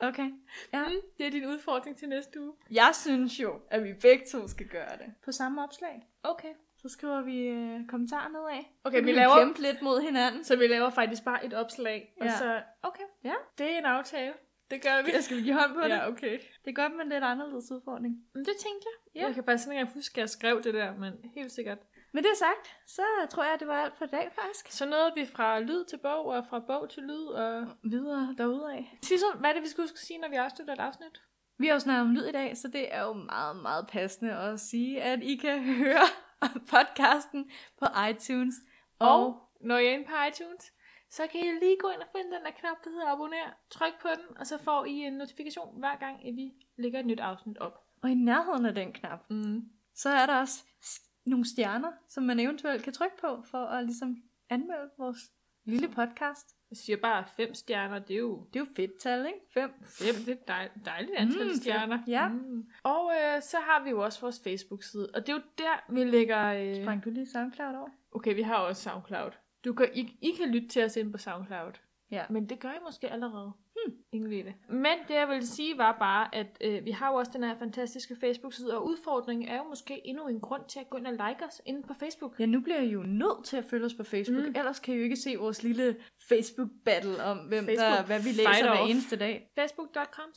A: Okay.
B: (laughs) Mm, det er din udfordring til næste uge.
A: Jeg synes jo, at vi begge to skal gøre det. På samme opslag.
B: Okay.
A: Så skriver vi øh, kommentarer nedad.
B: Okay,
A: Så kan
B: vi laver-
A: kæmpe lidt mod hinanden.
B: Så vi laver faktisk bare et opslag, ja. og
A: Ja.
B: så... Okay.
A: Ja.
B: Det er en aftale. Det gør vi.
A: (laughs) Jeg skal vi give hånd på det?
B: Ja, okay.
A: Det er godt med en lidt anderledes udfordring.
B: Men det tænkte jeg. Ja. Jeg kan faktisk ikke engang huske, at jeg skrev det der, men helt sikkert.
A: Med det sagt, så tror jeg, det var alt for i dag faktisk.
B: Så nåede vi fra lyd til bog, og fra bog til lyd, og...
A: Videre derudad.
B: Sissel, hvad er det, vi skal huske at sige, når vi afslutter et afsnit?
A: Vi har jo snakket om lyd i dag, så det er jo meget, meget passende at sige, at I kan høre (laughs) podcasten på iTunes.
B: Og, og når I er inde på iTunes, så kan I lige gå ind og finde den der knap, der hedder abonner. Tryk på den, og så får I en notifikation hver gang, at vi lægger et nyt afsnit op.
A: og i nærheden af den knap,
B: Mm.
A: så er der også s- nogle stjerner, som man eventuelt kan trykke på, for at ligesom anmelde vores lille podcast.
B: Jeg siger bare fem stjerner, det er jo
A: Det er jo fedt tal, ikke? Fem.
B: Fem, det er dej, dejligt antal
A: Mm,
B: mm,
A: fem.
B: stjerner.
A: Ja.
B: Mm. Og øh, så har vi jo også vores Facebook-side, og det er jo der, vi lægger... Øh...
A: Sprang du lige SoundCloud over?
B: Okay, vi har også SoundCloud. Du kan, I, I kan lytte til os inde på SoundCloud.
A: Ja.
B: Men det gør I måske allerede. Hmm. Ingen ved det. Men det, jeg ville sige, var bare, at øh, vi har jo også den her fantastiske Facebook-side, og udfordringen er jo måske endnu en grund til at gå ind og like os inde på Facebook.
A: Ja, nu bliver I jo nødt til at følge os på Facebook,
B: Mm.
A: mm. ellers kan I jo ikke se vores lille Facebook-battle om, hvem der,
B: Facebook
A: hvad vi læser
B: fight
A: hver
B: off.
A: eneste dag.
B: facebook.com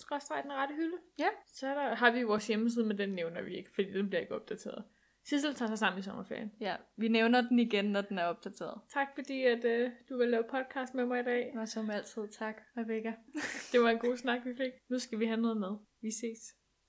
B: den rette hylde.
A: Ja.
B: Så er der, har vi vores hjemmeside, men den nævner vi ikke, fordi den bliver ikke opdateret. Sissel tager sig sammen i sommerferien.
A: Ja, vi nævner den igen, når den er opdateret.
B: Tak fordi, at øh, du vil lave podcast med mig i dag.
A: Og som altid, tak, Rebecca.
B: Det var en god snak, vi fik. Nu skal vi have noget mad.
A: Vi ses.